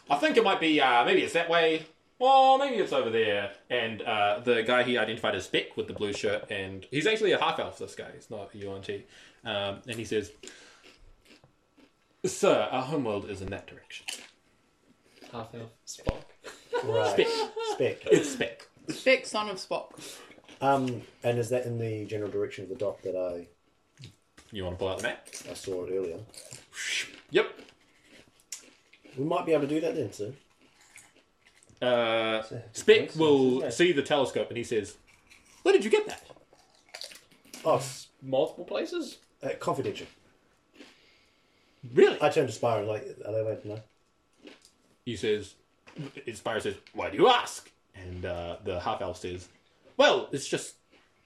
[SPEAKER 1] "I think it might be. Uh, maybe it's that way." Well, maybe it's over there. And uh, the guy he identified as Speck with the blue shirt, and he's actually a half elf, this guy. He's not a UNT. Um, and he says, Sir, our homeworld is in that direction.
[SPEAKER 3] Half elf Spock.
[SPEAKER 5] Right.
[SPEAKER 1] Spec.
[SPEAKER 5] Spec.
[SPEAKER 1] It's Speck.
[SPEAKER 7] Spec, son of Spock.
[SPEAKER 5] Um, and is that in the general direction of the dock that I,
[SPEAKER 1] You want to pull out the map?
[SPEAKER 5] I saw earlier?
[SPEAKER 1] Yep.
[SPEAKER 5] We might be able to do that then, sir.
[SPEAKER 1] Uh, Speck will see the telescope and he says, Where did you get that?
[SPEAKER 5] Oh, s-
[SPEAKER 3] Multiple places?
[SPEAKER 5] uh, confidential.
[SPEAKER 1] Really?
[SPEAKER 5] I turned to Spyro and like, I don't know, no.
[SPEAKER 1] He says, Inspire says, Why do you ask? And uh, the half elf says, Well, it's just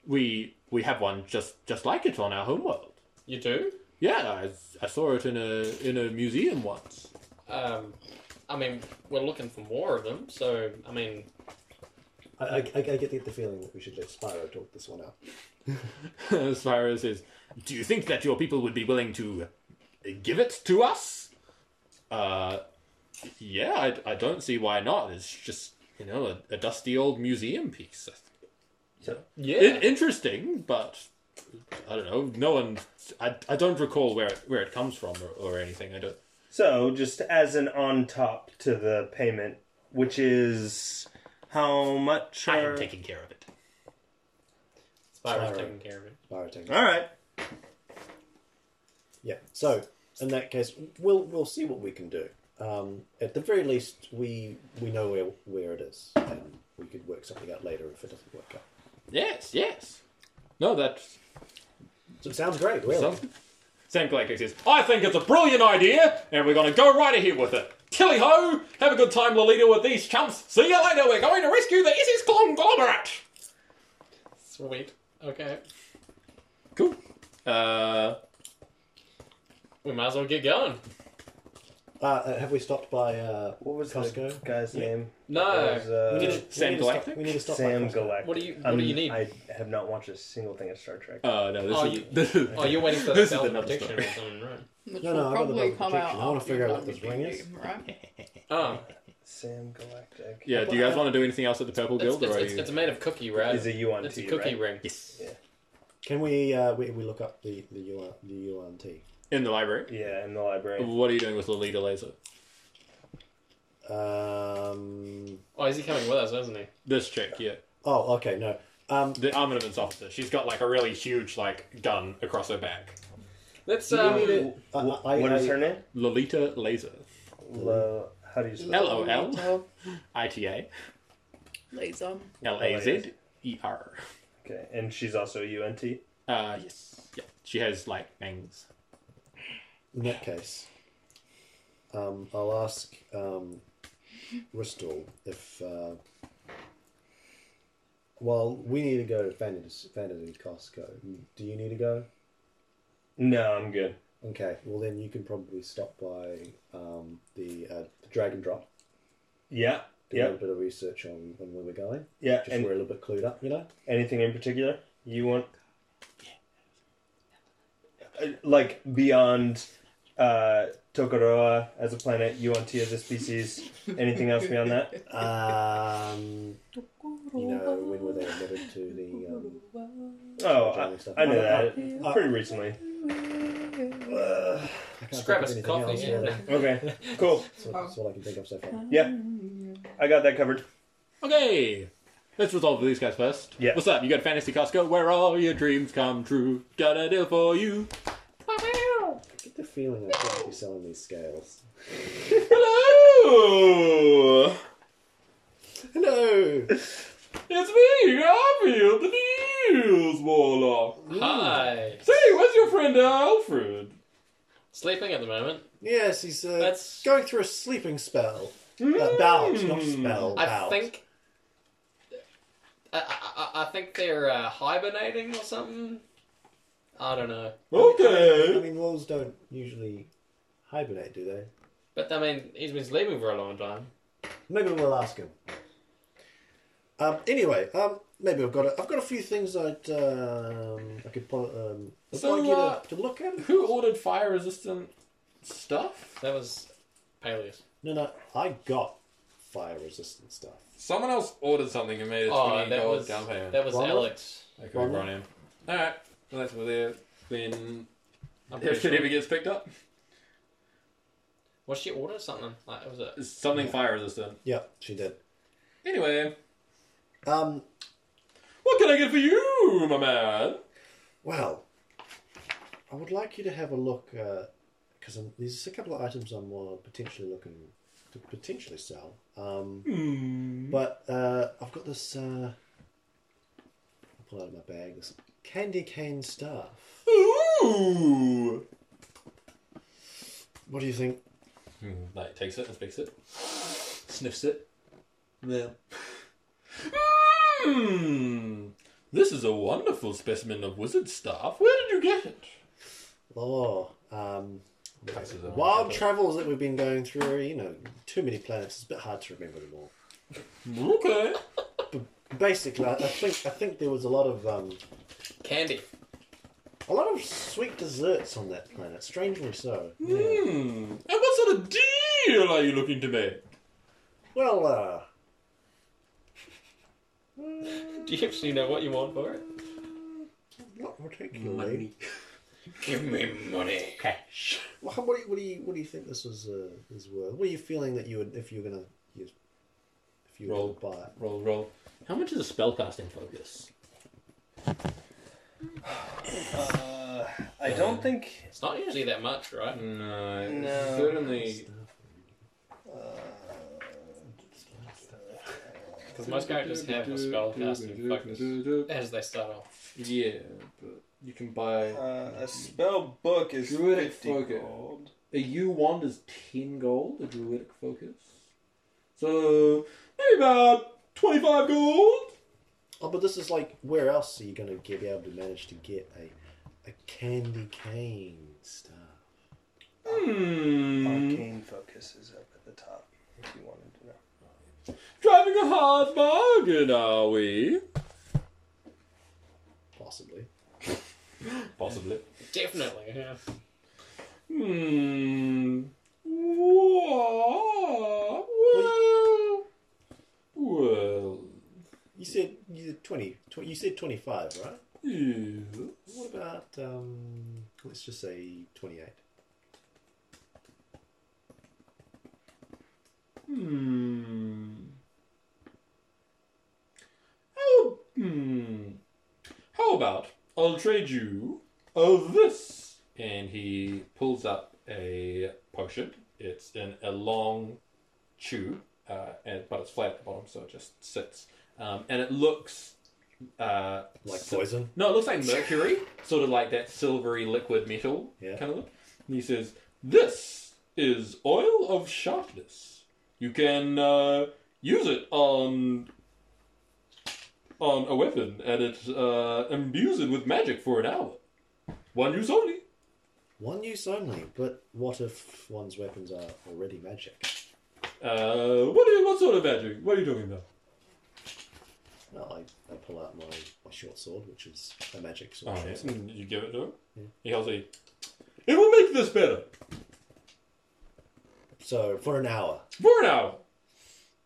[SPEAKER 1] we we have one just just like it on our homeworld.
[SPEAKER 3] You do?
[SPEAKER 1] Yeah, I, I saw it in a in a museum once. <laughs>
[SPEAKER 3] Um, I mean, we're looking for more of them, so, I mean,
[SPEAKER 5] I, I, I get the, the feeling that we should let Spyro talk this one out.
[SPEAKER 1] Spyro says, "Do you think that your people would be willing to give it to us?" Uh, yeah, I, I don't see why not. It's just you know a, a dusty old museum piece.
[SPEAKER 3] yeah.
[SPEAKER 1] I- interesting, but I don't know. No one. I, I don't recall where it, where it comes from or, or anything. I don't.
[SPEAKER 2] So, just as an on top to the payment, which is how much?
[SPEAKER 1] I
[SPEAKER 3] Uh.
[SPEAKER 2] are-
[SPEAKER 1] am taking care of it.
[SPEAKER 3] Spyro's
[SPEAKER 5] Spyro.
[SPEAKER 3] taking care of it.
[SPEAKER 5] Spyro takes
[SPEAKER 2] All right.
[SPEAKER 5] Yeah. So in that case, we'll we'll see what we can do. Um, at the very least, we we know where where it is, and we could work something out later if it doesn't work out.
[SPEAKER 1] Yes, yes. No, that
[SPEAKER 5] So it sounds great, really.
[SPEAKER 1] sounds. Sam Galactic says, "I think it's a brilliant idea, and we're going to go right ahead with it." Killy ho! Have a good time, Lolita, with these chumps. See you later. We're going to rescue the SS conglomerate.
[SPEAKER 3] Sweet. Okay.
[SPEAKER 1] Cool. Uh,
[SPEAKER 3] We might as well get going.
[SPEAKER 5] Uh, Uh, have we stopped by uh,
[SPEAKER 2] What was the
[SPEAKER 5] Costco?
[SPEAKER 2] guy's name?
[SPEAKER 3] No.
[SPEAKER 2] It was, uh,
[SPEAKER 5] we need
[SPEAKER 3] Did-
[SPEAKER 5] to-
[SPEAKER 1] Sam
[SPEAKER 5] we need to stop-
[SPEAKER 1] Galactic?
[SPEAKER 5] We need to stop. by
[SPEAKER 2] Sam
[SPEAKER 5] Costco.
[SPEAKER 2] Galactic.
[SPEAKER 3] What do you- what do you need?
[SPEAKER 2] I have not watched a single thing of Star Trek.
[SPEAKER 6] Oh no, this
[SPEAKER 3] Oh,
[SPEAKER 6] is
[SPEAKER 1] <laughs>
[SPEAKER 3] you-
[SPEAKER 6] this is.
[SPEAKER 3] Oh, you're waiting for the
[SPEAKER 6] This is
[SPEAKER 3] self
[SPEAKER 6] another
[SPEAKER 3] protection or
[SPEAKER 6] story.
[SPEAKER 3] something, right?
[SPEAKER 7] Which
[SPEAKER 5] No,
[SPEAKER 7] will
[SPEAKER 5] no, I got
[SPEAKER 7] probably
[SPEAKER 5] another
[SPEAKER 7] come out.
[SPEAKER 5] projection. I wanna
[SPEAKER 7] after
[SPEAKER 5] figure out
[SPEAKER 7] you've
[SPEAKER 5] what this
[SPEAKER 7] done
[SPEAKER 5] ring
[SPEAKER 7] the
[SPEAKER 5] is. <laughs>
[SPEAKER 7] game, Right?
[SPEAKER 3] Oh,
[SPEAKER 2] Sam Galactic.
[SPEAKER 6] Yeah, do you guys want to do anything else at the Purple
[SPEAKER 3] it's,
[SPEAKER 6] Guild,
[SPEAKER 3] it's,
[SPEAKER 6] or are
[SPEAKER 3] it's,
[SPEAKER 6] you?
[SPEAKER 3] it's made of cookie, right?
[SPEAKER 2] Is a UNT,
[SPEAKER 3] It's a cookie
[SPEAKER 2] right?
[SPEAKER 3] ring.
[SPEAKER 6] Yes.
[SPEAKER 5] Can we, uh, we we look up the the UR, the UNT?
[SPEAKER 6] In the library.
[SPEAKER 2] Yeah, in the library.
[SPEAKER 6] What are you doing with Lolita Laser?
[SPEAKER 5] Um,
[SPEAKER 3] Oh, is he coming with us, isn't he?
[SPEAKER 6] This chick, yeah,
[SPEAKER 5] oh, okay, no. Um,
[SPEAKER 6] the armaments officer. She's got like a really huge like gun across her back.
[SPEAKER 3] Let's
[SPEAKER 5] do we need
[SPEAKER 3] um,
[SPEAKER 5] it? I- I-
[SPEAKER 2] what is
[SPEAKER 5] I-
[SPEAKER 2] her name?
[SPEAKER 6] Lolita Laser.
[SPEAKER 2] Lo, how do you
[SPEAKER 6] L
[SPEAKER 2] spell
[SPEAKER 6] O L
[SPEAKER 7] Laser.
[SPEAKER 6] I T A
[SPEAKER 7] Laser.
[SPEAKER 6] L A Z E R.
[SPEAKER 2] it? Okay, and she's also a UNT.
[SPEAKER 6] Uh, yes. Yeah. She has like bangs.
[SPEAKER 5] In that case, um, I'll ask um, Ristol if. Uh, well, we need to go to Vanity, Vanity Costco. Do you need to go?
[SPEAKER 2] No, I'm good.
[SPEAKER 5] Okay, well then you can probably stop by um, the, uh, the Drag and Drop.
[SPEAKER 2] Yeah,
[SPEAKER 5] Do a
[SPEAKER 2] yeah,
[SPEAKER 5] little bit of research on, on where we're going.
[SPEAKER 2] yeah.
[SPEAKER 5] Just
[SPEAKER 2] And
[SPEAKER 5] we're a little bit clued up, you know?
[SPEAKER 2] anything in particular you want? Uh, Like beyond uh, Tokoroa as a planet, UNT as a species. Anything else beyond that?
[SPEAKER 5] Um, you know, when were they admitted to the. Um,
[SPEAKER 7] <laughs>
[SPEAKER 2] Oh,
[SPEAKER 5] Johnny
[SPEAKER 2] I-
[SPEAKER 5] stuff.
[SPEAKER 2] I, know that.
[SPEAKER 5] Uh,
[SPEAKER 2] Pretty recently.
[SPEAKER 5] I can't think
[SPEAKER 3] just grab
[SPEAKER 5] of
[SPEAKER 3] us a
[SPEAKER 5] anything
[SPEAKER 3] coffee.
[SPEAKER 5] else, yeah.
[SPEAKER 3] yeah.
[SPEAKER 2] Okay, cool.
[SPEAKER 5] That's what- that's all I can think of so far.
[SPEAKER 2] Yeah, I got that covered.
[SPEAKER 6] Okay. Let's resolve these guys first.
[SPEAKER 2] Yeah.
[SPEAKER 6] What's up? You got Fantasy Costco, where all your dreams come true. Got a deal for you.
[SPEAKER 5] I get the feeling I could be selling these
[SPEAKER 3] <laughs>
[SPEAKER 5] scales.
[SPEAKER 6] Hello!
[SPEAKER 5] Hello!
[SPEAKER 6] It's me, Garfield, the News Warlock.
[SPEAKER 3] <laughs> Hi.
[SPEAKER 6] Say, where's your friend Alfred?
[SPEAKER 3] Sleeping at the moment.
[SPEAKER 5] Yes, he's uh,
[SPEAKER 3] That's- Hmm.
[SPEAKER 5] going through a sleeping spell. About, not
[SPEAKER 6] Hmm.
[SPEAKER 5] spell.
[SPEAKER 3] I
[SPEAKER 5] bout.
[SPEAKER 3] think. I, I, I- I think they're uh, hibernating or something. I don't know.
[SPEAKER 5] I
[SPEAKER 6] Okay.
[SPEAKER 5] mean, wolves don't usually hibernate, do they?
[SPEAKER 3] But I mean, he's been sleeping for a long time.
[SPEAKER 5] Maybe we'll ask him. Um, anyway, um, maybe I've got a, I've got a few things I'd um, I could po- um, I'd
[SPEAKER 1] So,
[SPEAKER 5] like you to,
[SPEAKER 1] uh,
[SPEAKER 5] to look at.
[SPEAKER 1] Who ordered fire resistant stuff?
[SPEAKER 3] That was Peleus.
[SPEAKER 5] No, no, I got fire resistant stuff.
[SPEAKER 1] Someone else ordered something and made a
[SPEAKER 3] Oh,
[SPEAKER 1] twenty
[SPEAKER 3] that
[SPEAKER 1] dollars
[SPEAKER 3] was
[SPEAKER 1] down payment.
[SPEAKER 3] that was
[SPEAKER 5] Ronald?
[SPEAKER 3] Alex.
[SPEAKER 1] okay, Ryan. All right, well, that's where they're then. If it ever gets picked up,
[SPEAKER 3] Was she order something? Like, was it?
[SPEAKER 1] It's something fire resistant.
[SPEAKER 5] Yeah, she did.
[SPEAKER 1] Anyway,
[SPEAKER 5] Um,
[SPEAKER 1] what can I get for you, my man?
[SPEAKER 5] well, I would like you to have a look because I'm there's a couple of items I'm uh, potentially looking to potentially sell. Um,
[SPEAKER 1] Hmm.
[SPEAKER 5] But uh, I've got this. Uh, I'll pull out of my bag this candy cane staff.
[SPEAKER 1] Ooh.
[SPEAKER 5] What do you think?
[SPEAKER 1] Hmm, Like takes it, inspects it, sniffs it. Then, mmm, this is a wonderful specimen of wizard staff. Where did you get it?
[SPEAKER 5] Oh, um,
[SPEAKER 1] Passes it on.
[SPEAKER 5] wild travels that we've been going through. You know, too many planets. It's a bit hard to remember them all.
[SPEAKER 1] Okay.
[SPEAKER 5] Basically, I, I think I think there was a lot of um,
[SPEAKER 3] Candy. <laughs>
[SPEAKER 5] a lot of sweet desserts on that planet. Strangely so.
[SPEAKER 1] Hmm. And what sort of deal are you looking to make?
[SPEAKER 5] Well, uh,
[SPEAKER 3] Do you actually know what you want for it?
[SPEAKER 5] not particularly.
[SPEAKER 3] Give me money.
[SPEAKER 6] Cash.
[SPEAKER 5] Well, What do you, what do you what do you think this was uh, is worth? What are you feeling that you would if you were gonna use if you
[SPEAKER 1] Roll.
[SPEAKER 5] were gonna buy it?
[SPEAKER 1] Roll, roll.
[SPEAKER 6] How much is a spellcasting focus?
[SPEAKER 2] Uh, I don't think.
[SPEAKER 3] It's not usually that much, right?
[SPEAKER 1] No, it's
[SPEAKER 2] No.
[SPEAKER 1] certainly.
[SPEAKER 3] Because most characters have a spell casting focus as they start off.
[SPEAKER 1] Yeah, but you can buy.
[SPEAKER 2] Uh, a spell book is
[SPEAKER 1] Druidic
[SPEAKER 2] 50
[SPEAKER 1] focus.
[SPEAKER 2] gold.
[SPEAKER 8] A U wand is 10 gold, a druidic focus. So, maybe about 25 gold.
[SPEAKER 5] Oh, but this is like, where else are you going to get, be able to manage to get a, a candy cane star?
[SPEAKER 1] Hmm.
[SPEAKER 2] Arcane focus is up at the top. If you wanted to know.
[SPEAKER 6] Driving a hard bargain, are we?
[SPEAKER 5] Possibly.
[SPEAKER 1] Possibly.
[SPEAKER 3] Definitely. Yeah.
[SPEAKER 6] Hmm. Well, well, well,
[SPEAKER 5] You said you said 20, tw- You said 25, right?
[SPEAKER 6] yeah.
[SPEAKER 5] What about, um, let's just say 28?
[SPEAKER 6] Hmm. How, hmm. How about I'll trade you of this?
[SPEAKER 1] And he pulls up a potion. It's in a long tube, uh, and but it's flat at the bottom, so it just sits. Um, and it looks uh,
[SPEAKER 5] Like
[SPEAKER 1] si-
[SPEAKER 5] poison?
[SPEAKER 1] No, it looks like mercury, sort of like that silvery liquid metal
[SPEAKER 5] Yeah.
[SPEAKER 1] kind of look. And he says, "This is oil of sharpness. You can uh, use it on on a weapon, and it uh, imbues it with magic for an hour. One use only."
[SPEAKER 5] One use only, but what if one's weapons are already magic?
[SPEAKER 1] Uh, what are you, what sort of magic? What are you talking about?
[SPEAKER 5] Well, I, I pull out my, my short sword, which is a magic
[SPEAKER 1] Oh,
[SPEAKER 5] sword. short sword.
[SPEAKER 1] and you give it to him.
[SPEAKER 5] Yeah.
[SPEAKER 1] He holds it. It will make this better
[SPEAKER 5] So, for an hour.
[SPEAKER 1] for an hour.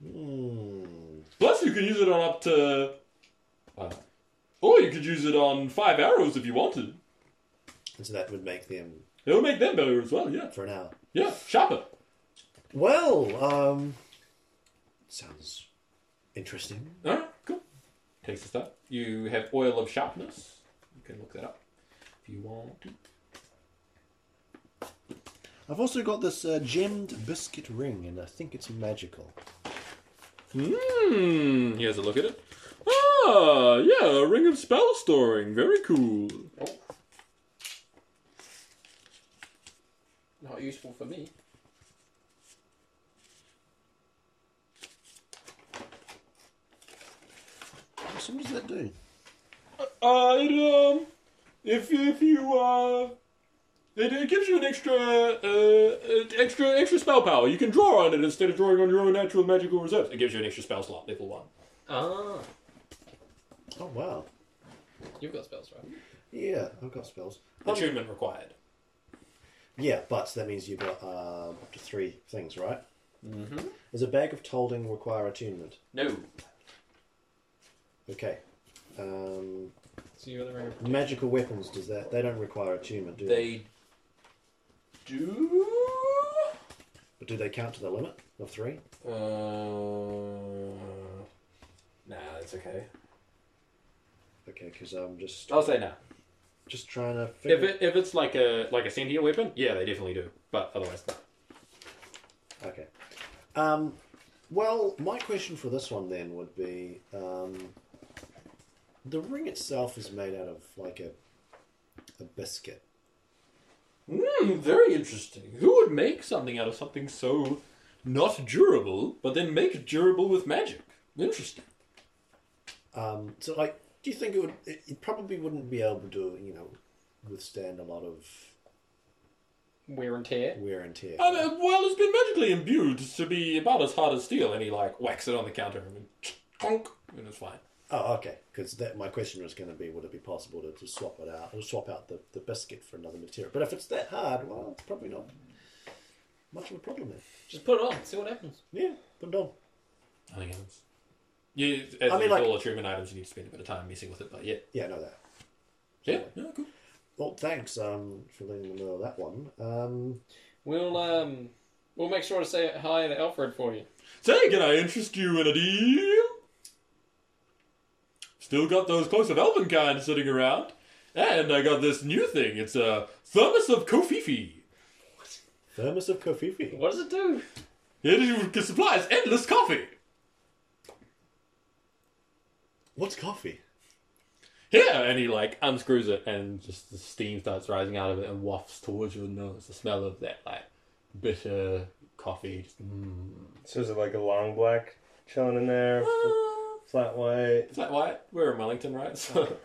[SPEAKER 5] Hmm.
[SPEAKER 1] Plus, you can use it on up to. Uh, or you could use it on five arrows if you wanted.
[SPEAKER 5] And so that would make them
[SPEAKER 1] It will make them better as well. Yeah,
[SPEAKER 5] for an hour.
[SPEAKER 1] yeah, sharper.
[SPEAKER 5] Well, um, sounds interesting.
[SPEAKER 1] All right, cool. Takes the stuff. You have oil of sharpness. You can look that up if you want to.
[SPEAKER 5] I've also got this uh, gemmed biscuit ring, and I think it's magical.
[SPEAKER 1] Hmm. He has a look at it.
[SPEAKER 6] Ah, yeah, a ring of spell storing. Very cool.
[SPEAKER 3] Oh. Not useful for me.
[SPEAKER 5] So what does that do?
[SPEAKER 6] Uh, it, um, if if you uh, it, it gives you an extra uh, uh, extra extra spell power. You can draw on it instead of drawing on your own natural magical reserves.
[SPEAKER 1] It gives you an extra spell slot, level one.
[SPEAKER 3] Ah,
[SPEAKER 5] Oh wow!
[SPEAKER 3] you've got spells, right?
[SPEAKER 5] Yeah, I've got spells. Um,
[SPEAKER 1] Attunement required.
[SPEAKER 5] yeah, but that means you've got um, up to three things, right? Mm-hmm. Does a bag of tolding require attunement?
[SPEAKER 3] No.
[SPEAKER 5] Okay. Um,
[SPEAKER 3] So you're the ring. of-
[SPEAKER 5] magical weapons does that? They don't require attunement, do they?
[SPEAKER 1] They do.
[SPEAKER 5] But do they count to the limit of three?
[SPEAKER 1] Uh, nah, that's okay.
[SPEAKER 5] Okay, because I'm just
[SPEAKER 1] I'll say nah.
[SPEAKER 5] just trying to
[SPEAKER 1] If
[SPEAKER 5] figure.
[SPEAKER 1] it, if it's like a like a sentient weapon, yeah, they definitely do. But otherwise, no.
[SPEAKER 5] Okay. Um, well, my question for this one then would be um, the ring itself is made out of like a a biscuit.
[SPEAKER 1] Hmm, very interesting. Who would make something out of something so not durable, but then make it durable with magic? Interesting.
[SPEAKER 5] Um, so, like, do you think it would? It, it probably wouldn't be able to, you know, withstand a lot of
[SPEAKER 3] Wear and tear.
[SPEAKER 5] wear and tear.
[SPEAKER 1] I mean, Uh, well, it's been magically imbued to be about as hard as steel, and he like whacks it on the counter and conk, and it's fine.
[SPEAKER 5] oh, okay. Because that my question was going to be, would it be possible to, to swap it out, or swap out the, the biscuit for another material? But if it's that hard, well, it's probably not much of a problem then.
[SPEAKER 3] Just put it on. See what happens.
[SPEAKER 5] Yeah, but no.
[SPEAKER 1] Nothing else. Yeah, as
[SPEAKER 5] I mean,
[SPEAKER 1] with
[SPEAKER 5] like-
[SPEAKER 1] all achievement items, you need to spend a bit of time messing with it, but yeah,
[SPEAKER 5] Yeah, no, that.
[SPEAKER 1] yeah, no, cool.
[SPEAKER 5] Well, thanks um, for letting me know that one. Um,
[SPEAKER 3] We'll um, we'll make sure to say hi to Alfred for you.
[SPEAKER 6] Say, can I interest you in a deal? Still got those close of Elvenkind sitting around. And I got this new thing. It's a Thermos of Kofifi.
[SPEAKER 5] Thermos of Kofifi.
[SPEAKER 3] What does it do?
[SPEAKER 6] It supplies endless coffee.
[SPEAKER 5] What's coffee?
[SPEAKER 1] Yeah, and he like unscrews it, and just the steam starts rising out of it and wafts towards your nose. The smell of that like bitter coffee. Just, mm.
[SPEAKER 2] So is it like a long black chilling in there, f- flat white?
[SPEAKER 1] Flat white. We're in
[SPEAKER 6] <laughs>
[SPEAKER 1] Wellington, right? So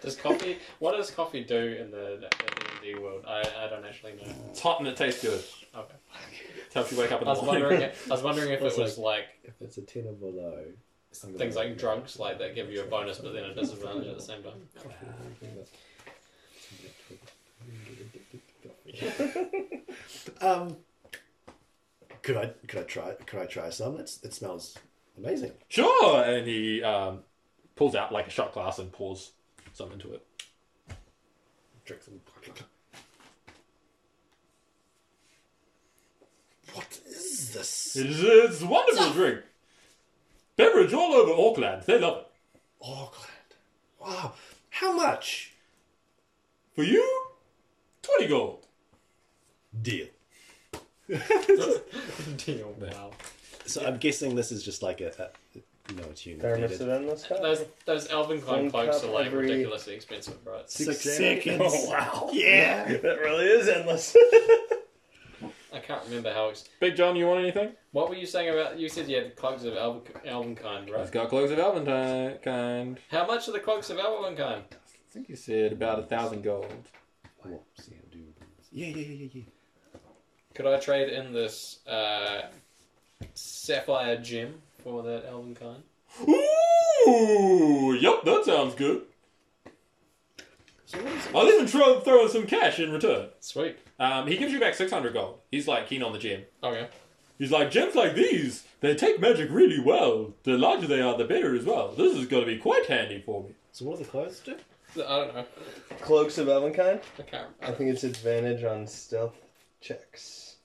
[SPEAKER 3] Does coffee? what does coffee do in the D and D world? I, I don't actually know.
[SPEAKER 1] it's hot and it tastes good.
[SPEAKER 3] Okay.
[SPEAKER 1] It helps you wake up
[SPEAKER 3] I
[SPEAKER 1] in the
[SPEAKER 3] <laughs> was
[SPEAKER 1] morning.
[SPEAKER 3] wondering. If, I was wondering if it was like
[SPEAKER 5] If it's a ten or below, I'm
[SPEAKER 3] things
[SPEAKER 5] gonna-
[SPEAKER 3] like drunks, like that give you a bonus, but then a disadvantage at the <laughs> same time.
[SPEAKER 5] <laughs> Um, could I could I try could I try some? It's, it smells amazing.
[SPEAKER 1] Sure. And he um, pulls out like a shot glass and pours some into it.
[SPEAKER 5] Drink some. What is this?
[SPEAKER 1] It's, it's a wonderful drink. Beverage all over Auckland. They love it.
[SPEAKER 5] Auckland. Oh, Wow. How much?
[SPEAKER 1] For you, twenty gold.
[SPEAKER 5] Deal.
[SPEAKER 3] Deal. Wow.
[SPEAKER 5] So I'm guessing this is just like a, a no, it's human.
[SPEAKER 2] Thermos of endless cup.
[SPEAKER 3] Those those Alvin Klein
[SPEAKER 2] One
[SPEAKER 3] cloaks
[SPEAKER 2] cup
[SPEAKER 3] are like
[SPEAKER 2] every-
[SPEAKER 3] ridiculously expensive, right?
[SPEAKER 5] Six
[SPEAKER 2] seconds. Oh,
[SPEAKER 5] wow. Yeah.
[SPEAKER 2] That really is endless.
[SPEAKER 3] I can't remember how. Ex-
[SPEAKER 1] Big John, you want anything?
[SPEAKER 3] what were you saying about? You said you had cloaks of Alvin, Alvin Klein, right?
[SPEAKER 1] got cloaks of Alvin kind.
[SPEAKER 3] How much are the cloaks of Alvin Klein?
[SPEAKER 1] I think you said about a thousand gold.
[SPEAKER 5] Yeah, yeah, yeah, yeah.
[SPEAKER 3] Could I trade in this uh, sapphire gem for that Alvin Klein?
[SPEAKER 1] Ooh, yep, that sounds good.
[SPEAKER 5] So what is it?
[SPEAKER 1] I'll even throw, throw in some cash in return.
[SPEAKER 3] Sweet.
[SPEAKER 1] Um, he gives you back 600 gold. He's like keen on the gem.
[SPEAKER 3] Okay.
[SPEAKER 1] He's like, gems like these, they take magic really well. The larger they are, the better as well. This is going to be quite handy for me.
[SPEAKER 5] So what do the clothes do?
[SPEAKER 3] I don't know.
[SPEAKER 2] <laughs> Cloaks of Evankind.
[SPEAKER 3] I can't.
[SPEAKER 2] I think it's advantage on stealth checks.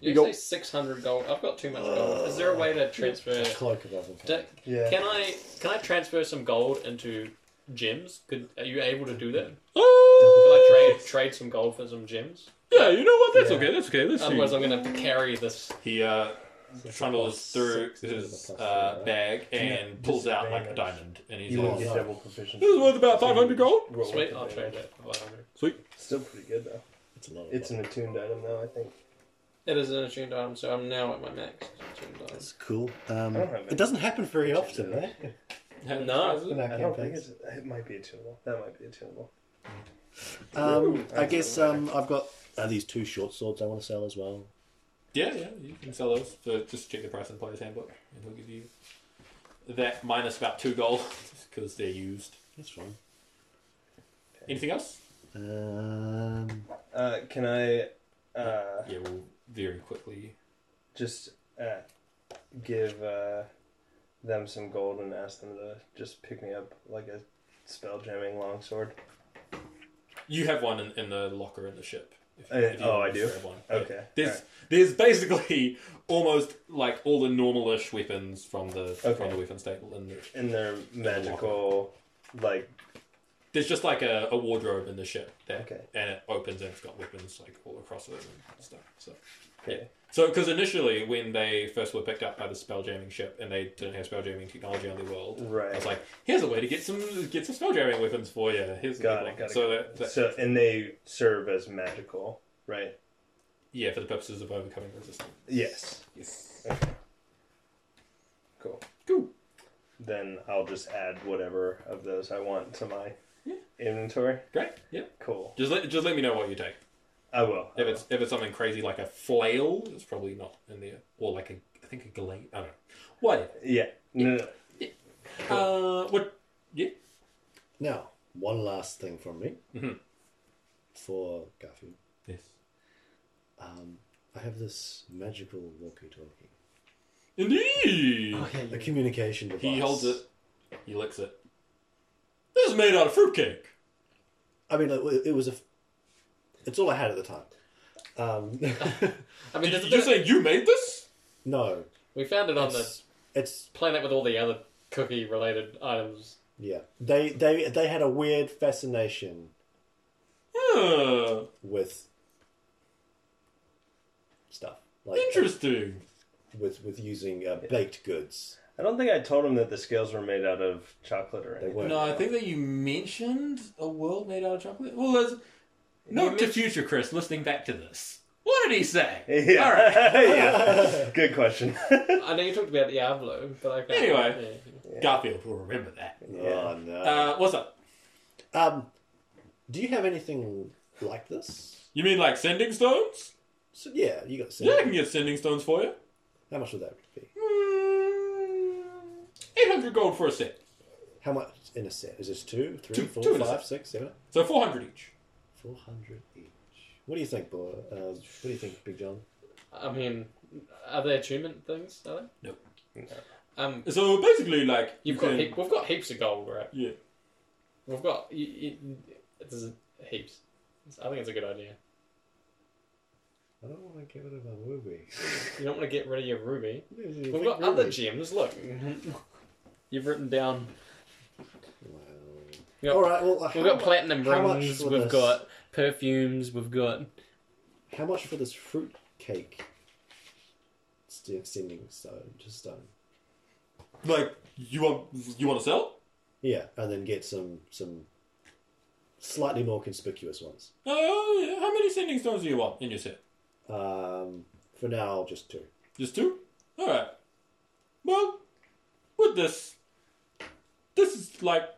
[SPEAKER 3] You
[SPEAKER 1] You
[SPEAKER 3] say six hundred gold. I've got too much gold. Is there a way to transfer?
[SPEAKER 5] Cloak of Elven
[SPEAKER 3] Da-
[SPEAKER 2] Yeah.
[SPEAKER 3] Can I can I transfer some gold into gems? Could are you able to do that? Can
[SPEAKER 1] Oh,
[SPEAKER 3] I trade trade some gold for some gems?
[SPEAKER 1] yeah, you know what? That's
[SPEAKER 2] Yeah.
[SPEAKER 1] okay. That's okay. Let's
[SPEAKER 3] Otherwise,
[SPEAKER 1] see.
[SPEAKER 3] I'm gonna have to carry this.
[SPEAKER 1] He uh, trundles
[SPEAKER 5] plus
[SPEAKER 1] through
[SPEAKER 5] six, it's
[SPEAKER 1] his
[SPEAKER 5] a plus
[SPEAKER 1] uh,
[SPEAKER 5] three, right?
[SPEAKER 1] bag and pulls out like a
[SPEAKER 2] disadvantage.
[SPEAKER 1] diamond, and he's
[SPEAKER 2] You will
[SPEAKER 1] like,
[SPEAKER 2] get
[SPEAKER 5] Yeah.
[SPEAKER 2] double proficiency.
[SPEAKER 1] "This is worth about 500 gold."
[SPEAKER 2] Roll with
[SPEAKER 3] Sweet, I'll
[SPEAKER 2] advantage.
[SPEAKER 3] trade it. for 500.
[SPEAKER 2] Still pretty good though.
[SPEAKER 5] It's a lot. Of
[SPEAKER 2] It's an attuned item though. I think.
[SPEAKER 3] It is an attuned item, so I'm now at my max. attuned item.
[SPEAKER 5] That's cool. Um,
[SPEAKER 2] I don't have
[SPEAKER 5] it doesn't happen very often, eh?
[SPEAKER 3] No,
[SPEAKER 5] In our
[SPEAKER 2] I don't think
[SPEAKER 5] campaigns.
[SPEAKER 2] it's. It might be attunable. That might be attunable.
[SPEAKER 5] Um, I
[SPEAKER 2] That's
[SPEAKER 5] guess
[SPEAKER 2] all right.
[SPEAKER 5] um, I've got uh, these two short swords I want to sell as well.
[SPEAKER 1] Yeah, yeah, you can sell those. So just check the price in player's handbook, and he'll give you that minus about two gold <laughs> because they're used.
[SPEAKER 5] That's fine.
[SPEAKER 1] Anything else?
[SPEAKER 5] Um,
[SPEAKER 2] Uh, can I uh,
[SPEAKER 1] Yeah, we'll very quickly.
[SPEAKER 2] just uh, give uh, them some gold and ask them to just pick me up like a spell jamming longsword?
[SPEAKER 1] You have one in, in the locker in the ship. If,
[SPEAKER 2] Uh,
[SPEAKER 1] if you
[SPEAKER 2] oh,
[SPEAKER 1] want
[SPEAKER 2] I
[SPEAKER 1] to
[SPEAKER 2] do?
[SPEAKER 1] grab one. Yeah.
[SPEAKER 2] Okay.
[SPEAKER 1] There's
[SPEAKER 2] alright.
[SPEAKER 1] there's basically <laughs> almost like all the normalish weapons from the from
[SPEAKER 2] Okay.
[SPEAKER 1] the weapons table, and
[SPEAKER 2] And they're magical, like
[SPEAKER 1] there's just like a, a wardrobe in the ship that,
[SPEAKER 2] Okay.
[SPEAKER 1] and it opens and it's got weapons like all across it and stuff. So.
[SPEAKER 2] okay.
[SPEAKER 1] So, because initially, when they first were picked up by the spell jamming ship, and they didn't have spell jamming technology on the world, I was
[SPEAKER 2] Right.
[SPEAKER 1] like, "Here's a way to get some get some spell jamming weapons for you." Here's a
[SPEAKER 2] Got
[SPEAKER 1] good
[SPEAKER 2] it,
[SPEAKER 1] one.
[SPEAKER 2] got it,
[SPEAKER 1] so, that, that-
[SPEAKER 2] So and they serve as magical, right?
[SPEAKER 1] yeah, for the purposes of overcoming resistance.
[SPEAKER 2] Yes.
[SPEAKER 1] Yes.
[SPEAKER 2] Cool.
[SPEAKER 1] Cool.
[SPEAKER 2] Then I'll just add whatever of those I want to my inventory.
[SPEAKER 1] Great. Yep.
[SPEAKER 2] Cool.
[SPEAKER 1] Just let just let me know what you take.
[SPEAKER 2] I will. I
[SPEAKER 1] If it's if it's something crazy like a flail, it's probably not in there, or like a I think a glade. I don't know. Whatever.
[SPEAKER 2] will. yeah. No, no,
[SPEAKER 1] Uh, what? Yeah.
[SPEAKER 5] now, one last thing from me
[SPEAKER 1] Mhm.
[SPEAKER 5] for Garfield.
[SPEAKER 1] Yes.
[SPEAKER 5] Um, I have this magical walkie-talkie,
[SPEAKER 1] Indeed.
[SPEAKER 8] Oh,
[SPEAKER 5] a communication device.
[SPEAKER 1] He holds it. He licks it. This is made out of fruitcake.
[SPEAKER 5] I mean, it, it was a. It's all I had at the time. Um, <laughs>
[SPEAKER 3] I mean,
[SPEAKER 1] Did
[SPEAKER 3] there's a
[SPEAKER 1] you, you're saying
[SPEAKER 3] bit,
[SPEAKER 1] you made this?
[SPEAKER 5] no,
[SPEAKER 3] we found it on
[SPEAKER 5] It's-
[SPEAKER 3] this
[SPEAKER 5] it's
[SPEAKER 3] planet with all the other cookie-related items.
[SPEAKER 5] yeah. They they they had a weird fascination
[SPEAKER 1] Huh,
[SPEAKER 5] with stuff like
[SPEAKER 1] interesting.
[SPEAKER 5] with with using uh, baked goods.
[SPEAKER 2] I don't think I told him that the scales were made out of chocolate or
[SPEAKER 5] They
[SPEAKER 2] anything.
[SPEAKER 5] were.
[SPEAKER 8] No, I think that you mentioned a world made out of chocolate. Well, there's
[SPEAKER 1] Note
[SPEAKER 8] You
[SPEAKER 1] to
[SPEAKER 8] mentioned-
[SPEAKER 1] future Chris listening back to this. What did
[SPEAKER 8] <laughs>
[SPEAKER 1] he say?
[SPEAKER 2] <laughs> Yeah.
[SPEAKER 1] All right. <laughs>
[SPEAKER 2] yeah. Good question. <laughs>
[SPEAKER 3] I know you talked about the Avlo, but I can't.
[SPEAKER 1] Anyway. Garfield will remember that.
[SPEAKER 2] Yeah.
[SPEAKER 5] Oh, no.
[SPEAKER 1] Uh, what's up? Uh,
[SPEAKER 5] um, do you have anything like this?
[SPEAKER 1] You mean like sending stones?
[SPEAKER 5] So, yeah, you got
[SPEAKER 1] Yeah, I can
[SPEAKER 5] seven.
[SPEAKER 1] get sending stones for you.
[SPEAKER 5] How much would that be?
[SPEAKER 1] Hmm, Eight hundred gold for a set,
[SPEAKER 5] How much in a set? Is this two, three,
[SPEAKER 1] Two-
[SPEAKER 5] four,
[SPEAKER 1] two in a
[SPEAKER 5] five,
[SPEAKER 1] set.
[SPEAKER 5] six, seven?
[SPEAKER 1] so four hundred each.
[SPEAKER 5] 400 each. What do you think, boy? Uh, what do you think, Big John?
[SPEAKER 3] I mean, are they achievement things? Are they?
[SPEAKER 1] No.
[SPEAKER 3] Um,
[SPEAKER 1] So basically, like
[SPEAKER 3] you've
[SPEAKER 1] you
[SPEAKER 3] got
[SPEAKER 1] can-
[SPEAKER 3] heap, we've got heaps of gold, right?
[SPEAKER 1] Yeah.
[SPEAKER 3] We've got you, you, there's heaps. I think it's a good idea.
[SPEAKER 5] I don't want to get rid of my ruby. <laughs>
[SPEAKER 3] You don't want to get rid of your ruby.
[SPEAKER 5] We've
[SPEAKER 3] We've got other gems. Look, you've written down.
[SPEAKER 5] Wow.
[SPEAKER 3] We've got,
[SPEAKER 5] All right. Well,
[SPEAKER 3] we've
[SPEAKER 5] how
[SPEAKER 3] got
[SPEAKER 5] mu-
[SPEAKER 3] platinum
[SPEAKER 5] how much
[SPEAKER 3] rings.
[SPEAKER 5] for
[SPEAKER 3] We've
[SPEAKER 5] this-
[SPEAKER 3] got perfumes. We've got.
[SPEAKER 5] How much for this fruit cake? St- sending stone to stone.
[SPEAKER 1] like you want you want to sell?
[SPEAKER 5] Yeah, and then get some some slightly more conspicuous ones.
[SPEAKER 1] Oh, yeah. how many sending stones do you want in your set?
[SPEAKER 5] Um, for now, just two.
[SPEAKER 1] Just two? Alright. Well, with this, this is like,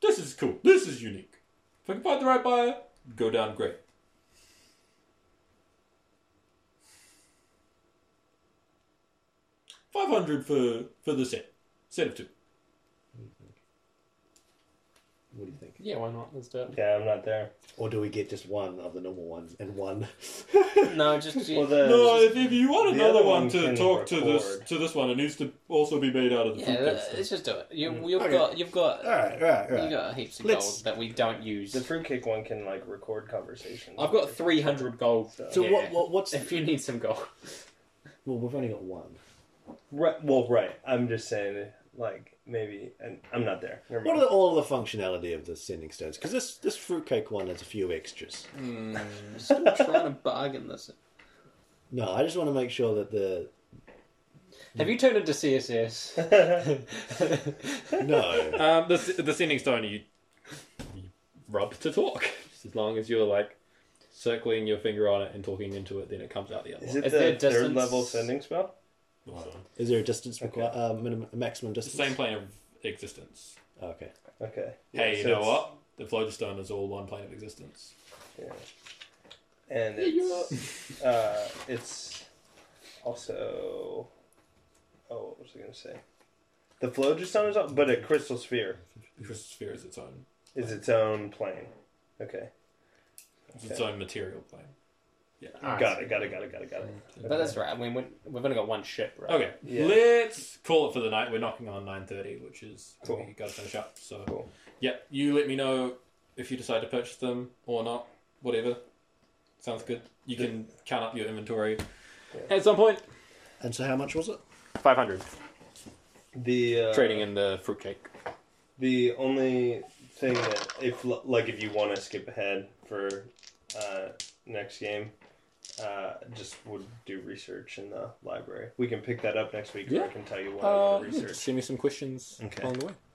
[SPEAKER 1] this is cool. This is unique. If I can find the right buyer, go down great. Five hundred for for the set, set of two.
[SPEAKER 5] What do you think?
[SPEAKER 3] Yeah, why not? Let's do it.
[SPEAKER 2] yeah, I'm not there.
[SPEAKER 5] Or do we get just one of the normal ones and one?
[SPEAKER 3] <laughs> No, just
[SPEAKER 2] Well, the,
[SPEAKER 1] No, if, if you want
[SPEAKER 2] Uh, the
[SPEAKER 1] another
[SPEAKER 2] other
[SPEAKER 1] one,
[SPEAKER 2] one
[SPEAKER 1] to
[SPEAKER 2] can
[SPEAKER 1] talk to this
[SPEAKER 2] record.
[SPEAKER 1] to this one, it needs to also be made out of the
[SPEAKER 3] yeah,
[SPEAKER 1] fruitcake stuff.
[SPEAKER 3] let's just do it. You, you've
[SPEAKER 5] Mm. Okay.
[SPEAKER 3] got you've
[SPEAKER 5] <laughs>
[SPEAKER 3] got
[SPEAKER 5] all right, all right, all
[SPEAKER 3] you
[SPEAKER 5] right.
[SPEAKER 3] got heaps of
[SPEAKER 5] Let's-
[SPEAKER 3] gold that we don't use.
[SPEAKER 2] the fruitcake one can like record conversations.
[SPEAKER 3] I've got three hundred gold.
[SPEAKER 5] so
[SPEAKER 3] yeah.
[SPEAKER 5] what, what? What's?
[SPEAKER 3] If you need some gold,
[SPEAKER 5] Well, we've only got one.
[SPEAKER 2] Right, well, right. I'm just saying, like maybe, and I'm not there. Never
[SPEAKER 5] What
[SPEAKER 2] mind.
[SPEAKER 5] are the, all the functionality of the sending stones? Because this this fruitcake one has a few extras.
[SPEAKER 3] I'm still trying to bargain this.
[SPEAKER 5] No, I just want to make sure that the
[SPEAKER 3] Have you turned into CSS? <laughs>
[SPEAKER 5] no.
[SPEAKER 1] Um, the the sending stone you, you rub to talk. Just as long as you're like circling your finger on it and talking into it, then it comes out the other
[SPEAKER 2] <laughs> Is
[SPEAKER 1] one.
[SPEAKER 2] it
[SPEAKER 3] Is
[SPEAKER 2] the
[SPEAKER 3] there
[SPEAKER 2] third
[SPEAKER 3] distance?
[SPEAKER 2] level sending spell?
[SPEAKER 5] Is there a distance require uh, minimum maximum
[SPEAKER 1] It's
[SPEAKER 5] distance?
[SPEAKER 1] the same plane of existence.
[SPEAKER 5] Okay.
[SPEAKER 2] Okay.
[SPEAKER 1] hey, you
[SPEAKER 2] so
[SPEAKER 1] know
[SPEAKER 2] it's-
[SPEAKER 1] what? The Flogistone stone is all one plane of existence.
[SPEAKER 2] And it's, <laughs> uh, it's also. Oh, what was I going to say? The flow just on its own, but a crystal sphere
[SPEAKER 1] The crystal sphere is its own,
[SPEAKER 2] is its own plane. Okay.
[SPEAKER 1] it's
[SPEAKER 2] Okay.
[SPEAKER 1] its own material plane.
[SPEAKER 3] Ah,
[SPEAKER 2] Got it, got it, got it, got it, got it.
[SPEAKER 3] But that's right. I mean, we- we've only got one ship, right?
[SPEAKER 1] Okay,
[SPEAKER 2] Yeah.
[SPEAKER 1] let's call it for the night. We're knocking on nine thirty, which is
[SPEAKER 2] Cool.
[SPEAKER 1] we got to finish up. So,
[SPEAKER 2] Cool.
[SPEAKER 1] yeah, you let me know if you decide to purchase them or not. Whatever, sounds good. You can count up your inventory at some point.
[SPEAKER 5] And so, how much was it?
[SPEAKER 1] Five hundred.
[SPEAKER 2] The uh,
[SPEAKER 1] trading in the fruitcake.
[SPEAKER 2] The only thing that if like if you want to skip ahead for uh, next game, uh, just would do research in the library. We can pick that up next week, or
[SPEAKER 1] Yeah.
[SPEAKER 2] I can tell you what I
[SPEAKER 1] Uh,
[SPEAKER 2] want to
[SPEAKER 1] yeah, just
[SPEAKER 2] research.
[SPEAKER 1] send me some questions
[SPEAKER 2] Okay.
[SPEAKER 1] along the way.